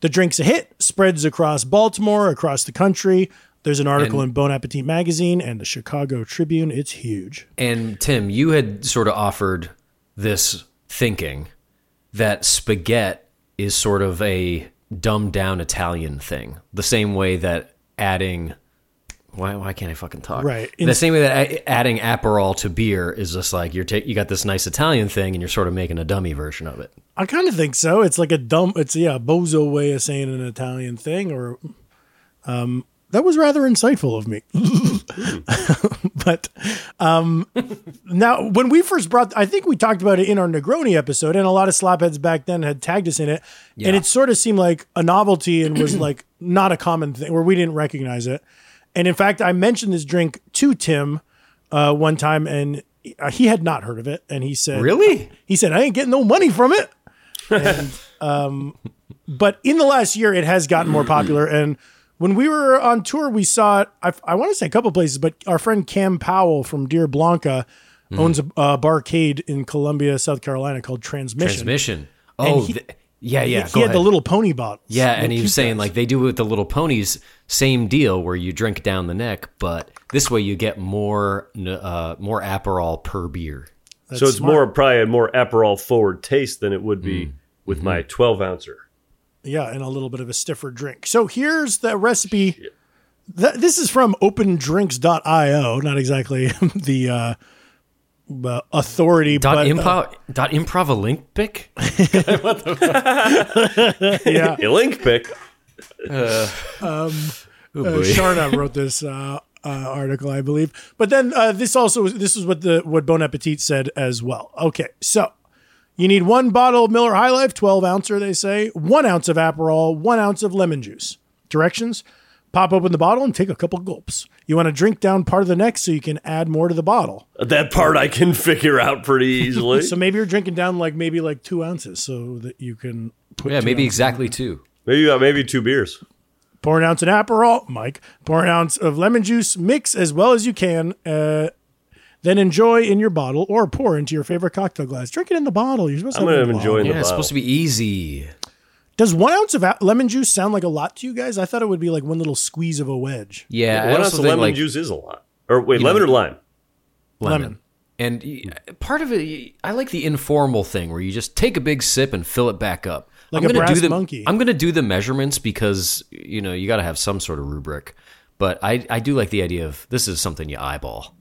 The drink's a hit, spreads across Baltimore, across the country. There's an article
And-
in Bon Appetit magazine and the Chicago Tribune. It's huge.
And Tim, you had sort of offered this thinking that spaghetti is sort of a dumbed down Italian thing, the same way that adding why why can't I fucking talk?
Right.
the same way that a- adding Aperol to beer is just like you're ta- you got this nice Italian thing and you're sort of making a dummy version of it.
I kind of think so. It's like a dumb. It's yeah, a bozo way of saying an Italian thing. Or um, that was rather insightful of me. but um, now, when we first brought, I think we talked about it in our Negroni episode, and a lot of slopheads back then had tagged us in it,
Yeah.
and it sort of seemed like a novelty and was like not a common thing, or we didn't recognize it. And in fact, I mentioned this drink to Tim uh, one time, and uh, he had not heard of it, and he said,
"Really?"
He said, "I ain't getting no money from it." And, um, but in the last year, it has gotten more popular. And when we were on tour, we saw it. I, I want to say a couple places, but our friend Cam Powell from Deer Blanca
Mm.
owns a, a barcade in Columbia, South Carolina, called Transmission.
Transmission.
And
Oh,
he-
th- Yeah, yeah.
He, he
go
had the
ahead.
little pony bottles.
Yeah, and
Little
he was
cute
saying
guys.
like they do with the little ponies, same deal where you drink down the neck, but this way you get more n- uh, more Aperol per beer.
so it's more probably a more Aperol forward taste than it would
Mm.
be with
Mm-hmm.
my 12 ouncer.
Yeah, and a little bit of a stiffer drink. So here's the recipe. Th- this is from opendrinks.io, not exactly the uh, uh, authority,
Dot
but uh,
improv dot improv Olympic.
yeah.
Link pick.
Um,
Oh,
uh,
boy.
Sharna wrote this uh, uh, article, I believe. But then uh, this also this is what the what Bon Appetit said as well. Okay, so you need one bottle of Miller High Life, twelve ouncer, they say, one ounce of Aperol, one ounce of lemon juice. Directions: Pop open the bottle and take a couple gulps. You want to drink down part of the neck so you can add more to the bottle.
That part I can figure out pretty easily.
so maybe you're drinking down like maybe like two ounces so that you can put
yeah,
two
maybe
ounces.
exactly two.
maybe uh, maybe two beers.
Pour an ounce of Aperol, Mike. Pour an ounce of lemon juice. Mix as well as you can. Uh, then enjoy in your bottle or pour into your favorite cocktail glass. Drink it in the bottle. You're supposed to
I'm
have it
gonna
in the
enjoy
bottle.
in the
yeah, it's
bottle.
supposed to be easy.
Does one ounce of a- lemon juice sound like a lot to you guys? I thought it would be like one little squeeze of a wedge.
Yeah, I
One ounce
also
of
think,
lemon
like,
juice is a lot. Or wait, lemon or lime?
Lemon.
And y- part of it, I like the informal thing where you just take a big sip and fill it back up. I'm
Like a
gonna
brass
do the,
monkey.
I'm going to do the measurements because you know you got to have some sort of rubric. But I, I do like the idea of this is something you eyeball.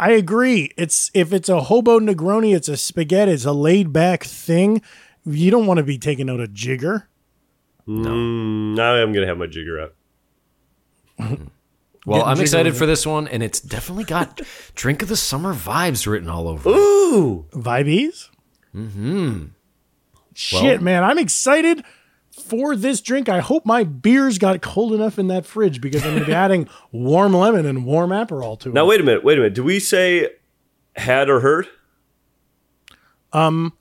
I agree. It's if it's a hobo Negroni, it's a spaghetti, it's a laid back thing. You don't want to be taking out a jigger.
Mm, now I'm gonna have my jigger out.
Well,
Getting
I'm
jiggy
excited
with
for this one, and it's definitely got drink of the summer vibes written all over. it.
Ooh,
Vibes.
Mm-hmm.
Shit, man, I'm excited for this drink. I hope my beers got cold enough in that fridge because I'm going to be adding warm lemon and warm Aperol to it.
Now wait a minute, wait a minute. Do we say had or heard?
Um,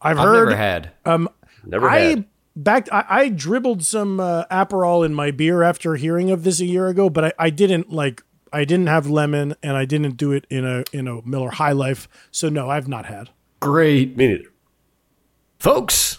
I've,
I've
heard.
never had.
um,
Never
I
had.
back. I, I dribbled some uh, Aperol in my beer after hearing of this a year ago, but I, I didn't like. I didn't have lemon, and I didn't do it in a in a Miller High Life. So no, I've not had.
Great,
Me neither.
folks.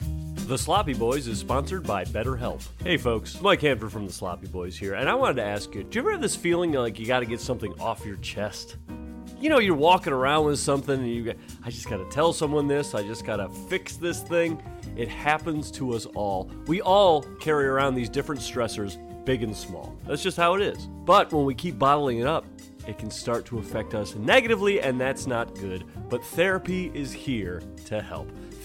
The Sloppy Boys is sponsored by BetterHelp. Hey folks, Mike Hanford from The Sloppy Boys here, and I wanted to ask you, do you ever have this feeling like you gotta get something off your chest? You know, you're walking around with something and you go, I just gotta tell someone this, I just gotta fix this thing. It happens to us all. We all carry around these different stressors, big and small. That's just how it is. But when we keep bottling it up, it can start to affect us negatively, and that's not good. But therapy is here to help.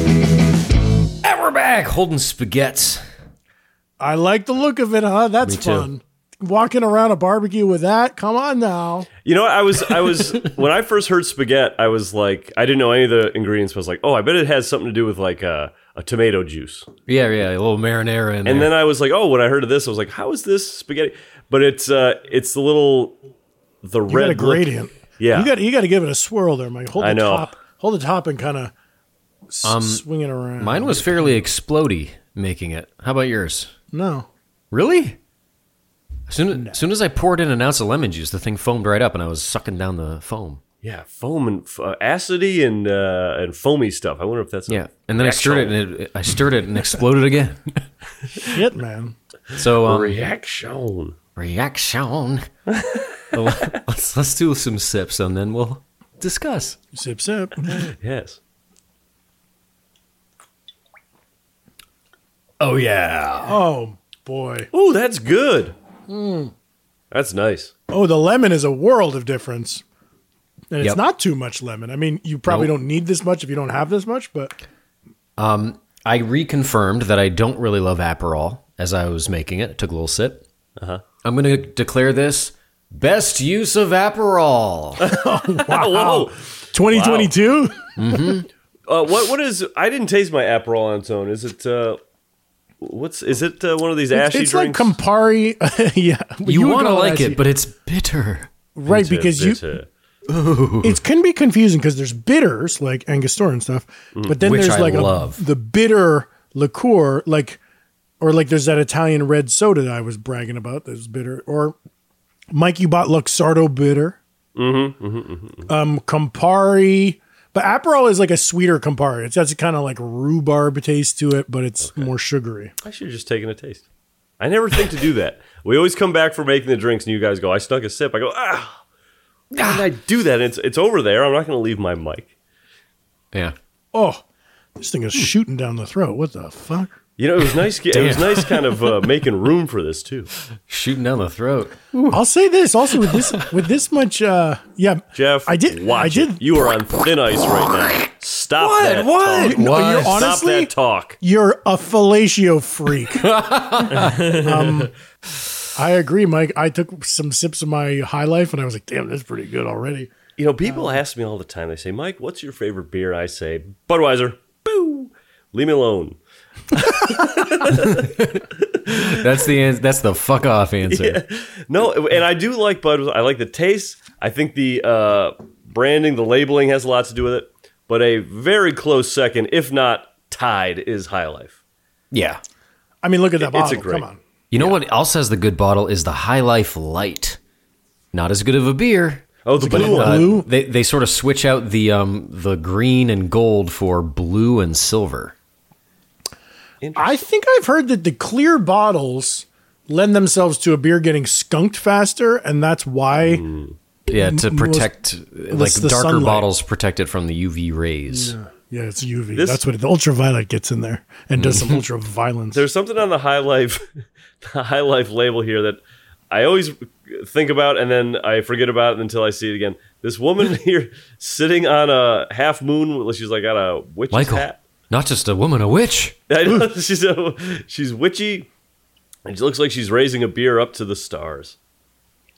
And we're back holding spaghettis.
I like the look of it, huh? That's
Me too.
fun. Walking around a barbecue with that. Come on now.
You know, what? I was, I was, when I first heard spaghetti, I was like, I didn't know any of the ingredients. But I was like, oh, I bet it has something to do with like a, a tomato juice.
Yeah, yeah, a little marinara
and
in there.
then I was like, oh, when I heard of this, I was like, how is this spaghetti? But it's, uh, it's the little, the
You
red
got a
look-
gradient.
Yeah,
You got you got to give it a swirl there, Mike. Hold
I
the
know.
top. Hold the top and kind of swing it around.
Um, Mine was fairly explodey making it. How about yours?
no.
Really? As soon, as soon as I poured in an ounce of lemon juice, the thing foamed right up, and I was sucking down the foam.
yeah, foam and f- uh, acidy and uh, and foamy stuff. I wonder if that's
Yeah, and then I stirred it, and it, I stirred it, and exploded again.
Shit, man.
So um,
reaction,
reaction. let's let's do some sips, and then we'll discuss.
Sip, sip.
yes.
Oh yeah.
Oh boy.
Oh, that's good.
Mm.
That's nice.
Oh, the lemon is a world of difference. And it's
Yep.
not too much lemon. I mean, you probably
Nope.
don't need this much if you don't have this much, but
Um, I reconfirmed that I don't really love Aperol as I was making it. I took a little sip. Uh-huh. I'm going to declare this best use of Aperol.
Whoa.
2022?
Uh, what what is? I didn't taste my Aperol on its own. Is it? Uh, what's is it? Uh, one of these
It's,
ashy
it's like
drinks?
Campari. yeah.
you
would
want to
call
like
ashy.
it, but it's bitter.
Right,
Bitter,
because you.
uh,
bitter.
It can be confusing because there's bitters like Angostura and stuff,
Mm.
but then
Which
there's
I
like a-
love.
the bitter liqueur, like, or like there's that Italian red soda that I was bragging about that's bitter, or Mike, you bought Luxardo bitter.
Mm-hmm, mm-hmm, mm-hmm.
um Campari. But Aperol is like a sweeter Campari. It's got kind of like rhubarb taste to it, but it's more sugary.
I should have just taken a taste. I never think to do that. We always come back for making the drinks, and you guys go, "I snuck a sip." I go, "Ah, why did I do that?" It's it's over there. I'm not going to leave my mic.
Yeah.
Oh, this thing is shooting down the throat. What the fuck?
You know, it was nice. It was
Damn.
nice, kind of uh, making room for this too.
Shooting down the throat.
I'll say this also with this with this much. uh Yeah,
Jeff,
I did.
Watch
I did.
It. You are on thin ice right now. Stop
What?
that.
What?
Talk.
No, you're
Stop
honestly-
that talk.
You're a fellatio freak. um, I agree, Mike. I took some sips of my high life, and I was like, "Damn, that's pretty good already."
You know, people ask me all the time. They say, "Mike, what's your favorite beer?" I say, "Budweiser." Boo. Leave me alone.
That's the ans- that's the fuck off answer.
No, and I do like Bud. I like the taste. I think the uh, branding, the labeling has a lot to do with it. But a very close second, if not tied, is High Life.
Yeah.
I mean, look at that
It- it's a
bottle.
great-
Come on.
You know what else has the good bottle is the High Life Light. Not as good of a beer.
Oh, the
but,
blue
uh,
one. Blue?
They they sort of switch out the um the green and gold for blue and silver.
I think I've heard that the clear bottles lend themselves to a beer getting skunked faster, and that's why.
Yeah, to
m-
protect
most-
like
it's the
darker
sunlight.
bottles protect it from the UV rays.
Yeah, it's UV.
This-
that's what it, the ultraviolet gets in there and does some
Mhm.
ultra violence.
There's something on the High Life, the High Life label here that I always think about and then I forget about it until I see it again. This woman here sitting on a half moon. She's like got a witch's
Michael,
hat.
not just a woman, a witch.
I know, she's a, she's witchy, It looks like she's raising a beer up to the stars.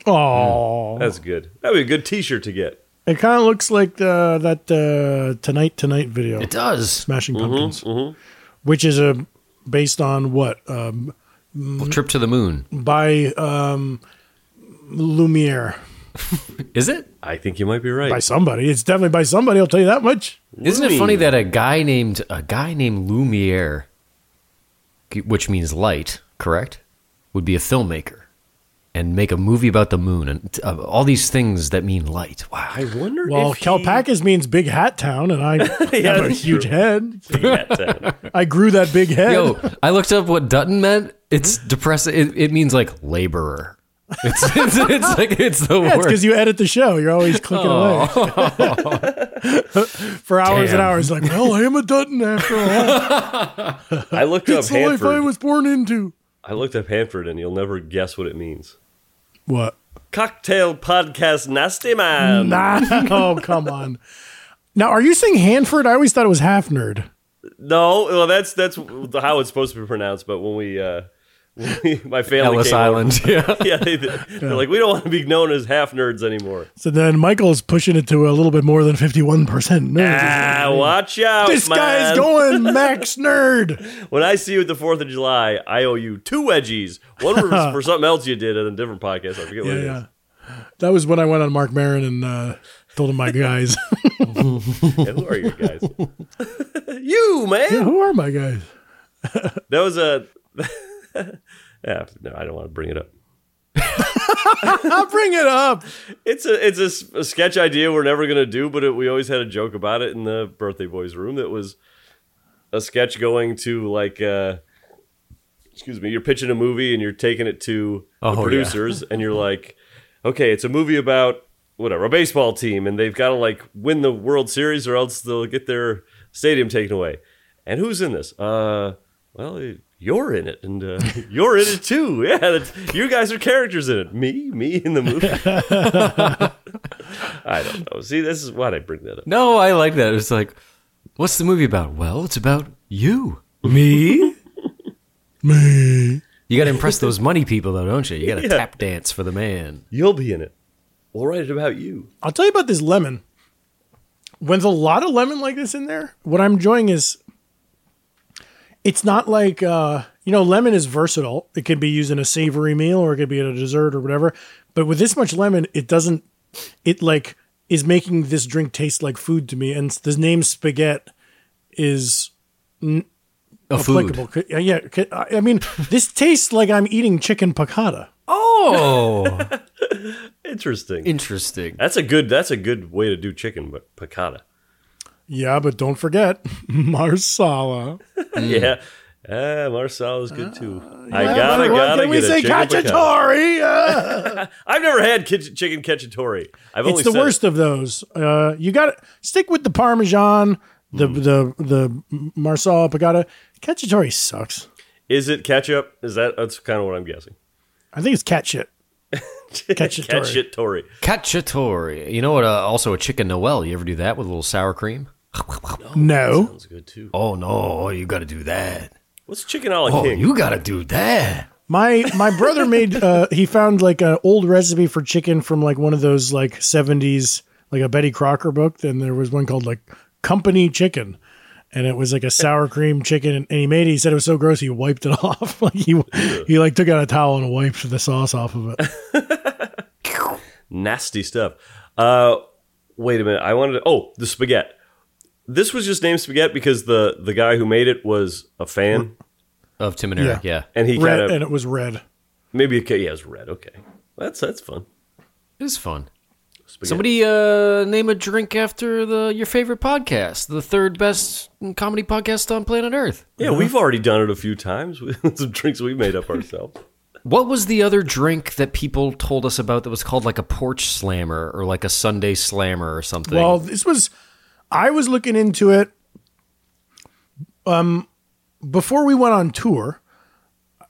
Oh,
That's good. That'd be a good T-shirt to get.
it kind of looks like uh, that uh, Tonight Tonight video. It does. Smashing
Mm-hmm,
Pumpkins, which is a based on what? Um,
Well, trip to the moon.
by um, Lumiere.
Is it?
I think you might be right.
By somebody. It's definitely by somebody. I'll tell you that much.
Isn't it funny that a guy named a guy named Lumiere, which means light, correct, would be a filmmaker and make a movie about the moon and uh, all these things that mean light. Wow.
I wonder.
Well,
if he-
Calpacas means big hat town, and I have a
that's
huge
true.
head.
Yo,
I grew that big head.
I looked up what Dutton meant. It's depressing. It, it means like laborer. It's, it's, it's like it's the
yeah, it's
word.
because you edit the show. You're always clicking away for hours
Damn.
and hours. Like, well, I am a Dutton after all.
I looked up
it's the life I
Hanford.
was born into.
I looked up Hanford, and you'll never guess what it means.
What?
Cocktail podcast, nasty man.
nah. Oh, come on. Now, are you saying Hanford? I always thought it was half nerd.
No, well, that's that's how it's supposed to be pronounced. But when we, uh, when we my family,
Ellis
came over-
Island, yeah.
yeah, they, they're like, we don't want to be known as half nerds anymore.
So then Michael's pushing it to a little bit more than 51% nerd.
Ah, watch out,
this
man.
guy's going max nerd.
When I see you at the Fourth of July, I owe you two wedgies. One for, for something else you did at a different podcast. I forget what it
Yeah,
is.
yeah. That was when I went on Mark Marin and uh, told him my guys.
Yeah, who are you guys? you man.
Yeah, who are my guys?
That was a. yeah, no, I don't want to bring it up.
Bring it up.
It's a it's a s- a, sketch idea we're never gonna do, but it, we always had a joke about it in the birthday boys room. That was a sketch going to like, uh, excuse me, you're pitching a movie and you're taking it to
Oh,
the
yeah.
producers, and you're like, okay, it's a movie about whatever a baseball team, and they've got to like win the World Series or else they'll get their stadium taken away. And who's in this? Uh, well. You're in it, and uh, you're in it too. Yeah, that's, you guys are characters in it. Me, me in the movie. I don't know. See, this is why I bring that up.
No, I like that. It's like, what's the movie about? Well, it's about you,
me, me.
You got to impress those money people, though, don't you? You got to
Yeah.
tap dance for the man.
You'll be in it. We'll write it about you.
I'll tell you about this lemon. When there's a lot of lemon like this in there, what I'm enjoying is it's not like uh, you know, lemon is versatile. It could be used in a savory meal or it could be in a dessert or whatever. But with this much lemon, it doesn't it like is making this drink taste like food to me. And the name spaghetti is n-
A food.
applicable. Could- Yeah, could- I I mean, this tastes like I'm eating chicken piccata.
Oh,
Interesting.
interesting.
That's a good. That's a good way to do chicken, but piccata.
Yeah, but don't forget marsala. Mm.
yeah. Ah, Marsala is good too.
Uh,
I
yeah,
gotta
but what
gotta
can we
get
say, Uh,
a chicken
cacciatore?
piccata. I've never had kitch- chicken cacciatore. I've only
it's the
said it.
worst of those. Uh, you got to stick with the Parmesan, the
Hmm.
the the Marsala Pagata. Cacciatore sucks.
Is it ketchup? Is that that's kind of what I'm guessing?
I think it's cat shit. Cacciatore.
Cacciatore.
Cacciatore. You know what? Uh, also, a chicken Noel. You ever do that with a little sour cream?
no.
Sounds good too.
Oh no, you got to do that.
What's chicken a la
Oh,
king?
you got to do that.
My my brother made uh, he found like an old recipe for chicken from like one of those like seventies like a Betty Crocker book. Then there was one called like Company Chicken, and it was like a sour cream chicken. And he made it. He said it was so gross he wiped it off. like he he like took out a towel and wiped the sauce off of it.
Nasty stuff. Uh, wait a minute. I wanted to. Oh, the spaghetti. This was just named spaghetti because the the guy who made it was a fan,
Of Tim and Eric, yeah.
and he
red,
kind
and
of
it was red.
maybe okay, yeah, it was red. Okay, that's that's fun.
It is fun.
Spaghetti.
Somebody uh, name a drink after the your favorite podcast, the third best comedy podcast on planet Earth.
yeah, we've already done it a few times with some drinks we made up ourselves.
What was the other drink that people told us about that was called like a porch slammer or like a Sunday slammer or something?
Well, this was I was looking into it um before we went on tour.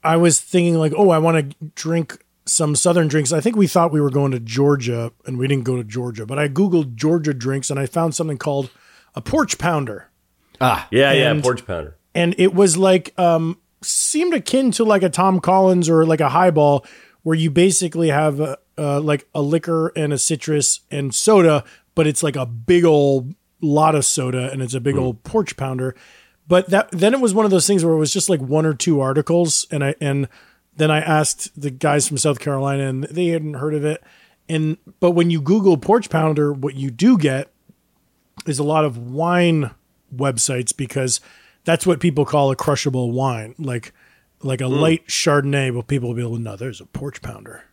I was thinking like, "Oh, I want to drink some southern drinks." I think we thought we were going to Georgia and we didn't go to Georgia, but I googled Georgia drinks and I found something called a porch pounder.
ah,
Yeah, yeah,
And-
porch pounder.
And it was like um seemed akin to like a Tom Collins or like a highball, where you basically have a, uh, like a liquor and a citrus and soda, but it's like a big old lot of soda and it's a big old porch pounder. But that then it was one of those things where it was just like one or two articles, and I and then I asked the guys from South Carolina, and they hadn't heard of it. And but when you Google porch pounder, what you do get is a lot of wine websites because that's what people call a crushable wine, like like a
Mm.
light Chardonnay. But people will be able to know there's a porch pounder.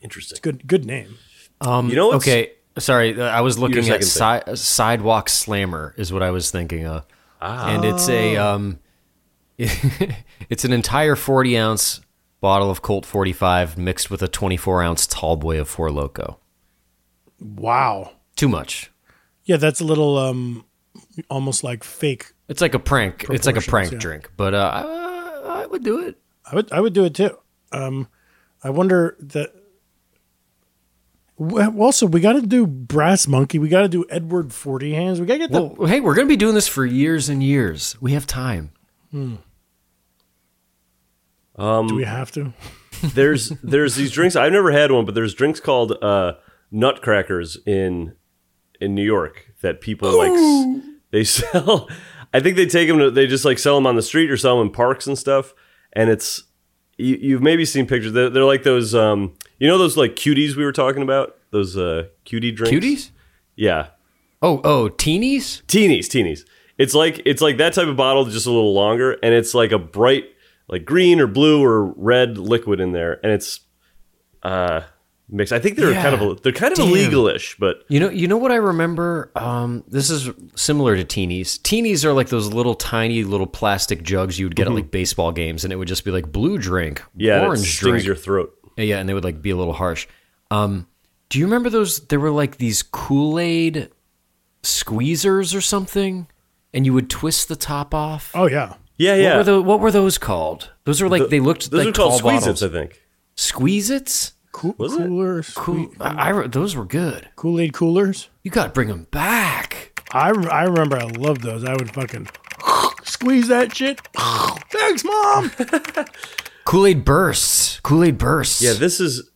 Interesting.
It's good good name.
Um,
You know what's-
okay, sorry, uh, I was
Your
looking at
second
si- uh, Sidewalk Slammer is what I was thinking of, and it's a
Oh.
um, it's an entire forty ounce bottle of Colt forty five mixed with a twenty four ounce Tallboy of Four Loco.
Wow.
Too much.
Yeah, that's a little um almost like fake.
It's like a prank. It's like a
Proportions,
prank
yeah.
drink, but uh, I would do it.
I would I would do it too. Um I wonder that Well, also we got to do Brass Monkey. We got to do Edward Forty Hands. We got to get the
well, hey, we're gonna be doing this for years and years. We have time.
Hmm.
Um,
Do we have to?
there's there's these drinks. I've never had one, but there's drinks called uh, nutcrackers in in New York that people like s- they sell. I think they take them. To, they just like sell them on the street or sell them in parks and stuff. And it's you, you've maybe seen pictures. They're, they're like those. Um, you know those like cuties we were talking about. Those uh, cutie drinks.
Cuties?
Yeah.
Oh, oh, teenies?
Teenies, teenies. It's like it's like that type of bottle, just a little longer, and it's like a bright, like green or blue or red liquid in there, and it's uh mixed. I think they're
Yeah.
kind of they're kind of
Damn.
illegalish, but
You know, you know what I remember. Um, this is similar to teenies. Teenies are like those little tiny little plastic jugs you would get
Mhm.
at like baseball games, and it would just be like blue drink,
yeah, and it
orange
stings
drink.
your throat.
yeah, and they would like be a little harsh. Um, do you remember those? There were like these Kool Aid squeezers or something, and you would twist the top off.
Oh yeah.
Yeah,
What
yeah.
were, tho- what were those called? Those were like
Th-
they looked.
those
like
are called
tall bottles.
Squeeze-Its, I think.
Squeeze-its?
Cool,
Was it?
cooler.
Cool. I, I- those were good.
Kool Aid coolers.
You got to bring them back.
I, I remember I loved those. I would fucking squeeze that shit. Thanks, mom.
Kool Aid bursts. Kool Aid bursts.
Yeah, this is.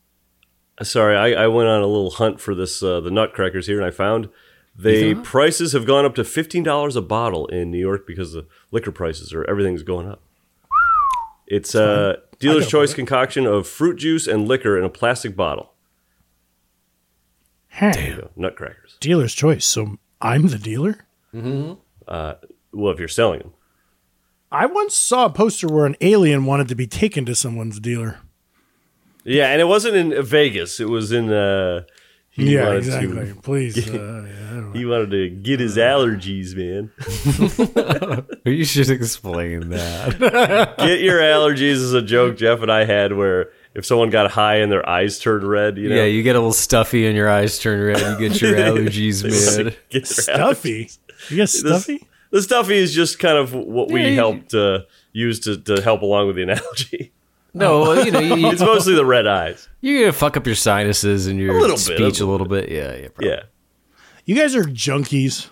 uh, Sorry, I, I went on a little hunt for this uh, the nutcrackers here, and I found the
Yeah.
prices have gone up to fifteen dollars a bottle in New York because the liquor prices are everything's going up. It's a dealer's choice concoction of fruit juice and liquor in a plastic bottle. There you go, nutcrackers.
Dealer's choice. So I'm the dealer.
Mm-hmm. Uh, well, if you're selling them,
I once saw a poster where an alien wanted to be taken to someone's dealer.
yeah, and it wasn't in Vegas; it was in. Uh,
Yeah,
wanted to
exactly. Please,
get-
uh, yeah, I don't
he wanted to get his allergies, man.
You should explain that.
Get your allergies is a joke Jeff and I had where if someone got high and their eyes turned red, you know.
Yeah, you get a little stuffy and your eyes turn red. You get your allergies,
They wanna
man.
get their
Stuffy. You get stuffy?
The stuffy is just kind of what we
Yeah, you-
helped uh, use to, to help along with the analogy.
No, you know, you-
it's mostly the red eyes.
You're gonna fuck up your sinuses and your
A little bit,
speech
a
a little bit. Yeah, yeah,
Yeah,
You guys are junkies.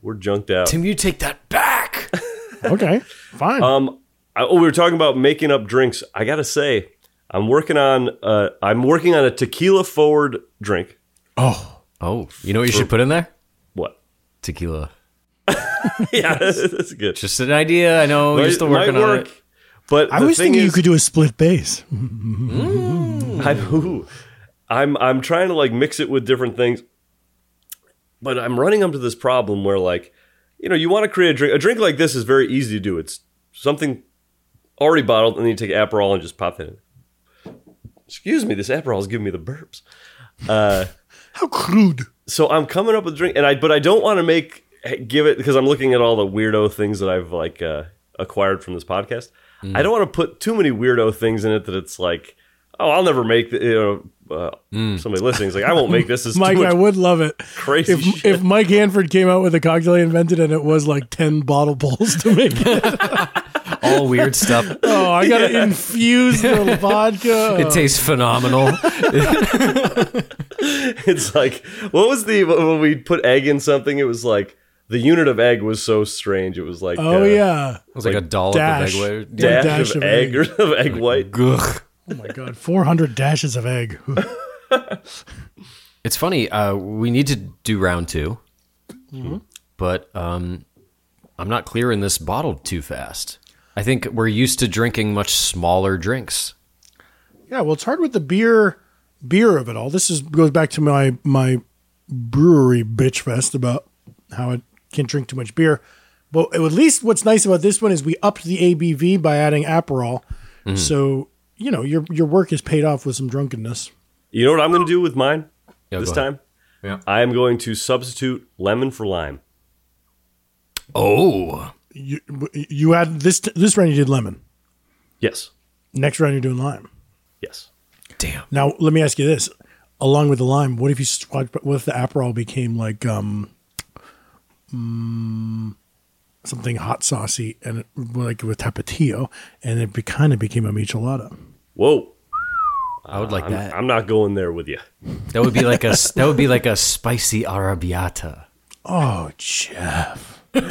we're junked out.
Tim, you take that back.
Okay, fine.
Um, I, oh, we were talking about making up drinks. I gotta say, I'm working on uh, I'm working on a tequila forward drink.
Oh,
oh, you know what you should put in there?
What
tequila?
yeah, that's good.
Just an idea. I know
Might-
you're still
might
working on
work.
it.
But
I
the
was
thing
thinking you
is-
could do a split bass.
I, ooh, I'm I'm trying to like mix it with different things, but I'm running up to this problem where like, you know, you want to create a drink. A drink like this is very easy to do. It's something already bottled, and then you take Aperol and just pop that in. Excuse me, this Aperol is giving me the burps. Uh,
How crude.
So I'm coming up with a drink, and I but I don't want to make give it because I'm looking at all the weirdo things that I've like uh, acquired from this podcast.
Mm.
I don't want to put too many weirdo things in it that it's like, oh, I'll never make the, you know uh, somebody listening is like, I won't make this. It's
Mike,
too much
I would love it.
crazy.
If, if Mike Hanford came out with a cocktail he invented and it was like 10 bottle pulls to make it.
All weird stuff.
Oh, I got to
Yeah.
infuse the vodka.
It tastes phenomenal.
it's like, what was the when we put egg in something? It was like the unit of egg was so strange. It was like uh,
Oh, yeah. It
was like a dollop of
dash.
egg white.
dash,
Dash
of,
of
egg,
egg.
or of egg white.
Oh my god, 400 dashes of egg.
It's funny. Uh, we need to do round 2
Mhm.
but um, I'm not clearing this bottle too fast. I think we're used to drinking much smaller drinks.
yeah, well, it's hard with the beer beer of it all. This is goes back to my my brewery bitch fest about how I can't drink too much beer. But at least what's nice about this one is we upped the ABV by adding Aperol.
Mm-hmm.
Mhm.
So, you know, your your work is paid off with some drunkenness.
You know what I'm going to do with mine
Yeah,
this
go
time?
ahead. Yeah.
I am going to substitute lemon for lime.
Oh.
You you had this this round you did lemon.
Yes.
Next round you're doing lime.
Yes.
Damn.
Now let me ask you this: along with the lime, what if you s- what if the aperol became like um, mm, something hot saucy and it, like with tapatio, and it be, kind of became a michelada?
Whoa.
I would like
I'm-
that.
I'm not going there with you.
That would be like a s- that would be like a spicy arabiata.
Oh, Jeff.
Here's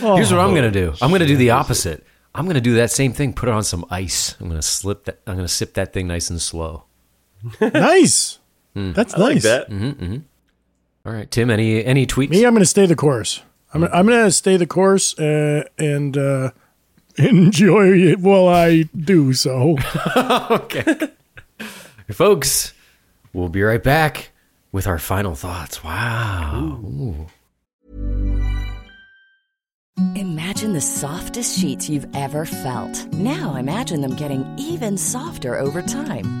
what I'm gonna do. I'm gonna do the opposite. I'm gonna do that same thing. Put it on some ice. I'm gonna slip that. I'm gonna sip that thing nice and slow.
Oh, nice.
Mm.
That's I like nice. that.
Mhm, mhm. All right, Tim. Any any tweets?
Me, I'm going to stay the course. I'm I'm going to stay the course uh, and uh, enjoy it while I do so.
folks, we'll be right back with our final thoughts. Wow. Ooh.
Imagine the softest sheets you've ever felt. Now imagine them getting even softer over time.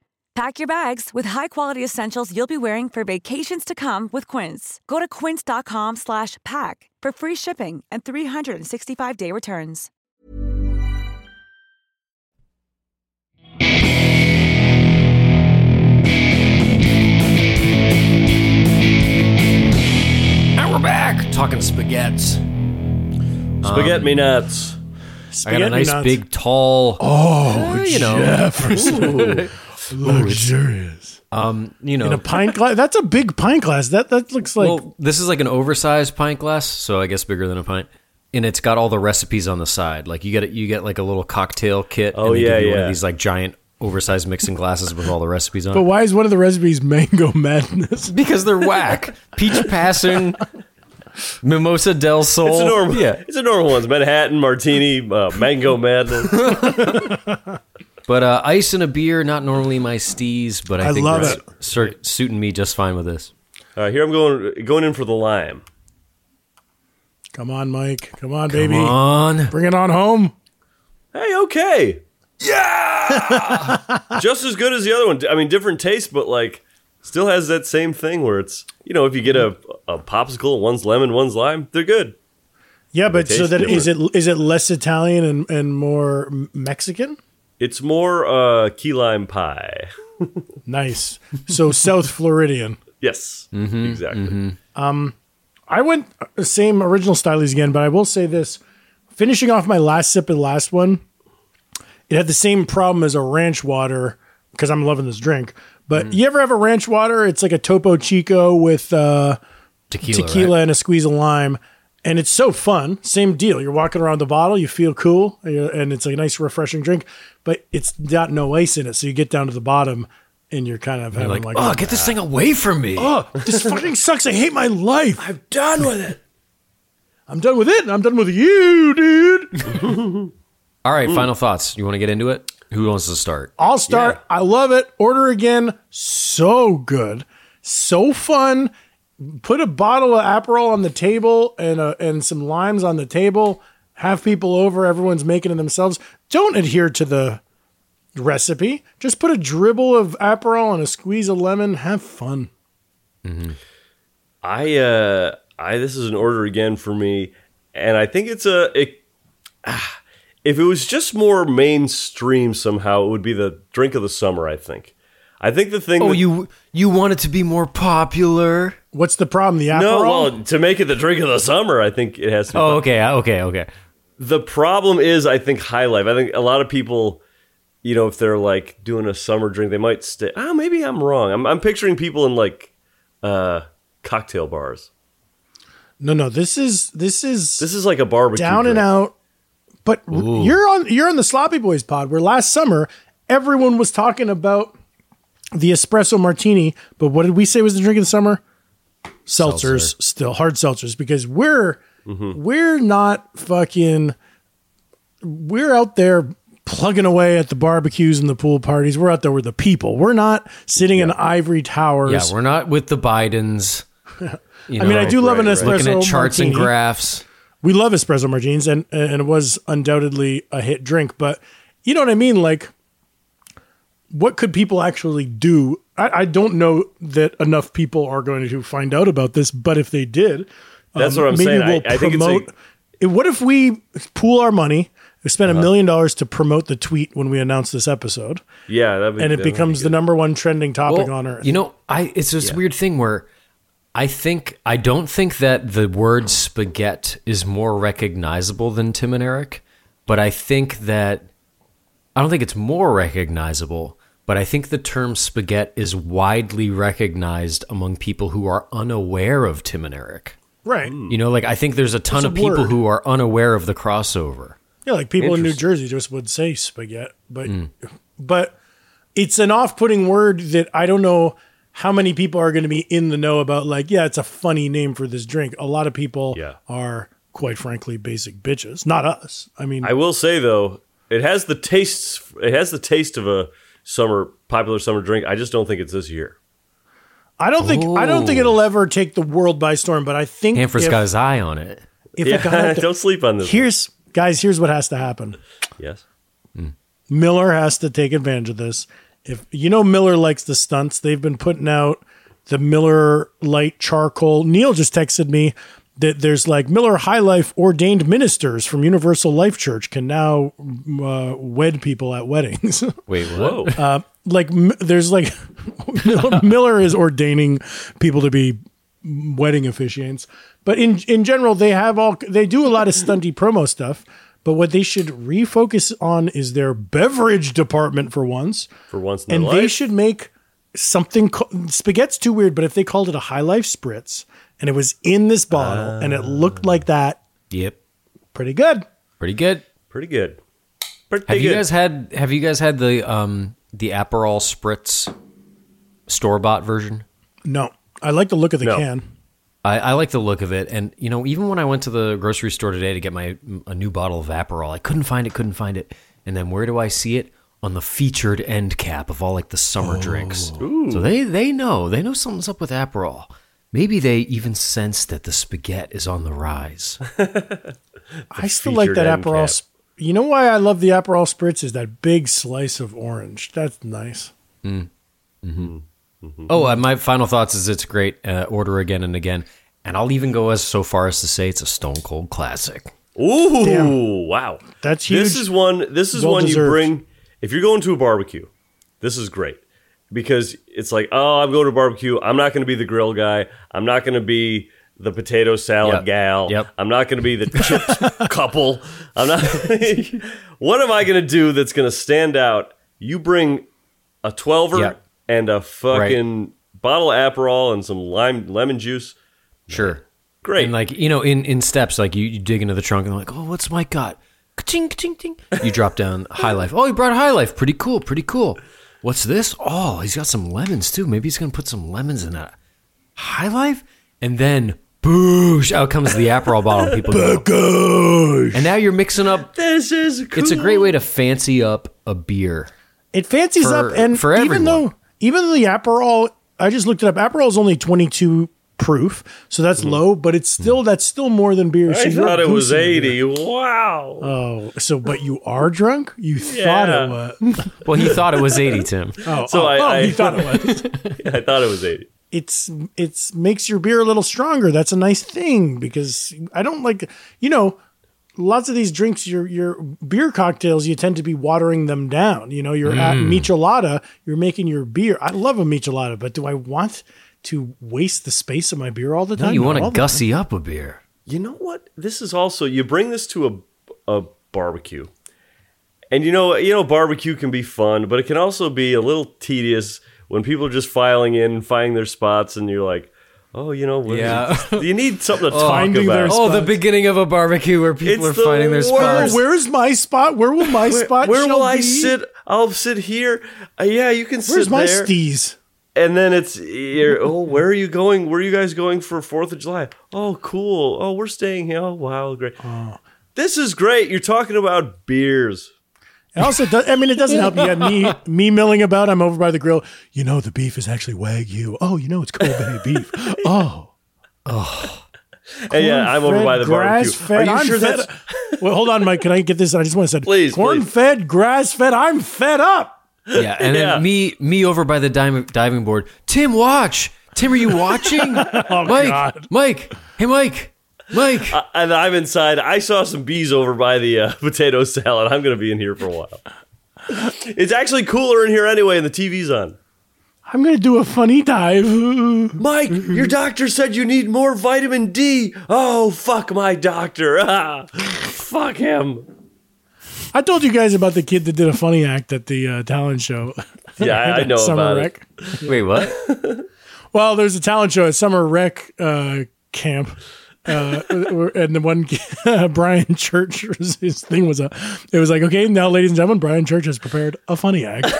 Pack your bags with high-quality essentials you'll be wearing for vacations to come with Quince. Go to quince.com slash pack for free shipping and 365-day returns.
And we're back talking spagettes. Mm.
Spaghetti
Um,
me nuts.
I got a
Spaghetti
nice
nuts.
big tall. Uh,
Oh,
you know,
Jefferson.
Ooh.
Luxurious.
Um, you know,
In a pint glass. That's a big pint glass. That that looks like
well, this is like an oversized pint glass, so I guess bigger than a pint. And it's got all the recipes on the side. Like you get you get like a little cocktail kit.
Oh,
and they
yeah,
give you One
yeah.
of these like giant oversized mixing glasses with all the recipes on.
But
it.
why is one of the recipes mango madness?
Because they're whack. Peach passing, mimosa del sol.
It's a normal.
oh, Yeah.
It's a normal ones. Manhattan martini, uh, mango madness.
But uh, ice and a beer, not normally my steez, but I,
I
think
love
that's sur- suiting me just fine with this.
All right, here I'm going going in for the lime.
Come on, Mike. Come on, baby.
on.
Bring it on home.
hey, okay. Yeah! Just as good as the other one. I mean, different taste, but like still has that same thing where it's, you know, if you get a, a popsicle, one's lemon, one's lime, they're good.
Yeah,
They
but so
taste
that is it is it less Italian and, and more M- Mexican?
It's more uh, key lime pie.
Nice. So South Floridian.
Yes,
Mm-hmm.
exactly.
Um, I went uh, same original stylies again, but I will say this: finishing off my last sip of the last one, it had the same problem as a ranch water because I'm loving this drink. But
Mm.
you ever have a ranch water? It's like a Topo Chico with uh,
Tequila,
and a squeeze of lime, and it's so fun. Same deal. You're walking around the bottle, you feel cool, and you're- and it's a nice, refreshing drink. But it's got no ice in it, so you get down to the bottom, and you're kind of
You're
having
like,
like,
"Oh, get this thing away from me."
Oh, this fucking sucks. I hate my life. I'm done with it. I'm done with it, and I'm done with you, dude.
All right,
Mm.
final thoughts. You want to get into it? Who wants to start?
I'll start. I love it. Order again. So good. So fun. Put a bottle of Aperol on the table and uh and some limes on the table. Have people over. Everyone's making it themselves. Don't adhere to the recipe. Just put a dribble of Aperol and a squeeze of lemon. Have fun.
I uh I this is an order again for me and I think it's a it, ah, if it was just more mainstream somehow it would be the drink of the summer I think. I think the thing
Oh,
that-
you you want it to be more popular?
What's the problem? The Aperol.
No, well, to make it the drink of the summer, I think it has to be
Oh, okay, okay, okay.
The problem is I think high life. I think a lot of people you know if they're like doing a summer drink, they might stay Ah, maybe I'm wrong. I'm I'm picturing people in like uh cocktail bars.
No, no. This is this is
This is like a barbecue
down and
drink.
out. But r-
Ooh.
you're on you're on the Sloppy Boys pod where last summer everyone was talking about the espresso martini. But what did we say was the drink of the summer? Seltzers,
Seltzer.
still hard seltzers because we're we're not fucking we're out there plugging away at the barbecues and the pool parties. We're out there with the people. We're not sitting in ivory towers.
Yeah, we're not with the Bidens. You
I mean, I
know,
do love an espresso
Looking at charts and
martini.
graphs.
we love espresso martinis and and it was undoubtedly a hit drink but you know what i mean like what could people actually do i, I don't know that enough people are going to find out about this but if they did um,
That's what I'm saying. I- I think it's a-
it- what if we pool our money we spend a
Uh-huh.
million dollars to promote the tweet when we announce this episode
Yeah, that'd be,
and it
that'd be
becomes
good.
the number one trending topic
Well,
on earth
You know, I it's this weird thing where I think I don't think that the word spaghetti is more recognizable than Tim and Eric, but I think that I don't think it's more recognizable, but I think the term spaghetti is widely recognized among people who are unaware of Tim and Eric.
Hmm.
right
You know, like I think there's a ton
It's a
of people
word.
who are unaware of the crossover.
Yeah, like people in New Jersey just would say spaghetti, but
Hmm.
but it's an off-putting word that I don't know how many people are going to be in the know about. Like, yeah, it's a funny name for this drink. A lot of people are, quite frankly, basic bitches. Not us. I mean,
I will say though, it has the tastes. It has the taste of a summer popular summer drink. I just don't think it's this year.
I don't think I don't think
Ooh.
it'll ever take the world by storm. But I think
Hanford's
if-
got his eye on it.
if I got it to-
don't sleep on this. one.
here's guys. Here's what has to happen.
yes,
Miller has to take advantage of this. If you know Miller likes the stunts, they've been putting out the Miller Light charcoal. Neil just texted me that there's like Miller High Life ordained ministers from Universal Life Church can now uh, wed people at weddings.
Wait, what?
Uh, like m- there's like Miller is ordaining people to be wedding officiants, but in in general they have all they do a lot of stunty promo stuff. But what they should refocus on is their beverage department for once,
for once in
and
their
they
life.
should make something. Ca- Spaghetti's too weird, but if they called it a high life spritz and it was in this bottle and it
Ah.
looked like that,
Yep.
pretty good.
Pretty good.
Pretty good. Pretty
have you
good.
guys had have you guys had the um the Aperol spritz store bought version?
No, I like the look of the
No.
can.
I, I like the look of it, and you know, even when I went to the grocery store today to get my a new bottle of Aperol, I couldn't find it, couldn't find it, and then where do I see it? On the featured end cap of all like the summer drinks. So they they know they know something's up with Aperol. Maybe they even sense that the spaghetti is on the rise.
I still like
featured
that
end
Aperol.
cap.
sp- You know why I love the Aperol spritz is that big slice of orange. That's nice.
Mm. hmm Oh, uh, my final thoughts is it's great. Uh, order again and again, and I'll even go as so far as to say it's a stone cold classic.
Ooh,
Damn.
wow.
That's
This
huge.
is one this is
Well
one you
deserved.
bring if you're going to a barbecue. This is great. Because it's like, oh, I'm going to a barbecue. I'm not going to be the grill guy. I'm not going to be the potato salad
Yep.
gal.
Yep.
I'm not going to be the chips couple. I'm not What am I going to do that's going to stand out? You bring a 12er
Yep.
and a fucking bottle of Aperol and some lime lemon juice.
Sure.
Great.
And like, you know, in, in steps, like you, you dig into the trunk and like, oh, what's Mike got? Ka-ching, ka-ching, ting. You drop down High Life. Oh, he brought High Life. Pretty cool. Pretty cool. What's this? Oh, he's got some lemons too. Maybe he's going to put some lemons in that. High Life? And then, boosh, out comes the Aperol bottle. People go, and now you're mixing up.
This is cool.
It's a great way to fancy up a beer.
It fancies
For-
up, and
for
even
everyone.
though even though the Aperol, I just looked it up. Aperol is only twenty two proof, so
Mm-hmm.
that's low, but it's still that's still more than beer. so
I
you're
thought it was
boosting the beer.
80. Wow.
Oh, so but you are drunk? You
Yeah.
thought it was.
Well, he thought it was 80, Tim.
Oh,
So
oh,
I-
oh,
I-
you thought it was.
I thought it was 80.
It's it's makes your beer a little stronger. That's a nice thing because I don't like you know lots of these drinks your your beer cocktails you tend to be watering them down. You know, you're at
Mm.
michelada, you're making your beer. I love a michelada, but do I want to waste the space of my beer all the time?
No, you
Not
want
all
to
the time.
gussy up a beer.
You know what? This is also you bring this to a a barbecue. And you know, you know barbecue can be fun, but it can also be a little tedious when people are just filing in, finding their spots and you're like, "Oh, you know, what
Yeah.
you need something to
Oh,
talk about."
oh, the beginning of a barbecue where people
It's
are
the
finding their spots.
worst.
Where's my spot? Where will my
where,
spot?
where
shall
will I
be?
sit? I'll sit here. Uh, yeah, you can sit
Where's my
there.
steez?
And then it's you're, oh, where are you going? Where are you guys going for Fourth of July? Oh, cool. Oh, we're staying here. Oh, wow, great.
Uh.
This is great. You're talking about beers.
It also, does, I mean, it doesn't help. You got me, me milling about. I'm over by the grill. You know, the beef is actually wagyu. Oh, you know, it's Kobe beef. Oh, oh.
And yeah, I'm over by the barbecue.
Grass-fed,
Are you
I'm
sure
fed-
that's-
Wait, hold on, Mike. Can I get this? I just want to say,
Please, please.
corn-fed, grass-fed. I'm fed up.
Yeah, and then
Yeah.
me me over by the diving, diving board. Tim, watch. Tim, are you watching?
Oh,
Mike, Mike, hey, Mike, Mike.
I, uh, and I'm inside. I saw some bees over by the uh, potato salad. I'm going to be in here for a while. it's actually cooler in here anyway, and the TV's on.
I'm gonna do a funny dive.
Mike, your doctor said you need more vitamin D. Oh, fuck my doctor. Ah, fuck him.
I told you guys about the kid that did a funny act at the uh, talent show.
Yeah, I, I
At
know
Summer
about
Rec.
it. Wait, what?
Well, there's a talent show at summer rec uh, camp. Uh, where- and the one Brian Church was- his thing was a it was like okay now ladies and gentlemen Brian Church has prepared a funny act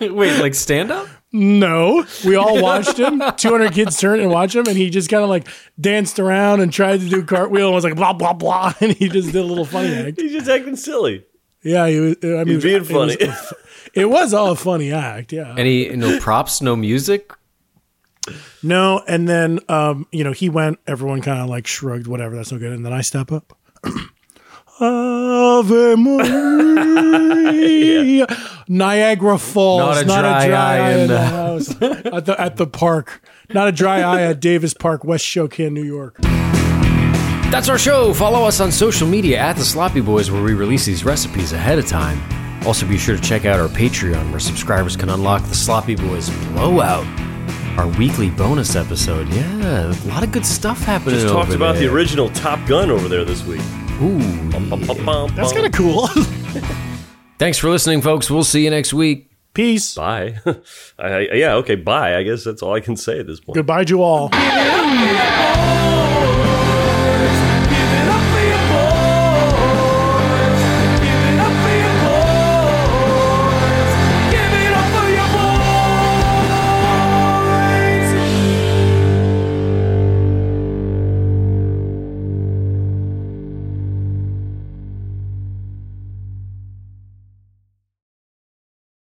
Wait, like stand up?
no we all watched him 200 kids turned and watched him and he just kind of like danced around and tried to do cartwheel and was like blah blah blah and he just did a little funny act
He's just acting silly.
yeah he was I mean
He's
it
being funny.
was- it was, it was all a funny act yeah
Any no props, no music.
No, and then um, you know, he went, everyone kind of like shrugged, whatever, that's no good. And then I step up. Ave Maria. Niagara Falls,
Not a dry eye in the
house. at the at the park. Not a dry eye at Davis Park, West Shokan, New York.
That's our show. Follow us on social media at The Sloppy Boys, where we release these recipes ahead of time. Also, be sure to check out our Patreon, where subscribers can unlock The Sloppy Boys Blowout, our weekly bonus episode. Yeah, a lot of good stuff happening.
Just talked
over
about
there.
the original Top Gun over there this week.
Ooh,
That's kind of cool.
Thanks for listening, folks. We'll see you next week.
Peace.
Bye. I, I- yeah, okay, bye. I guess that's all I can say at this point.
Goodbye to all.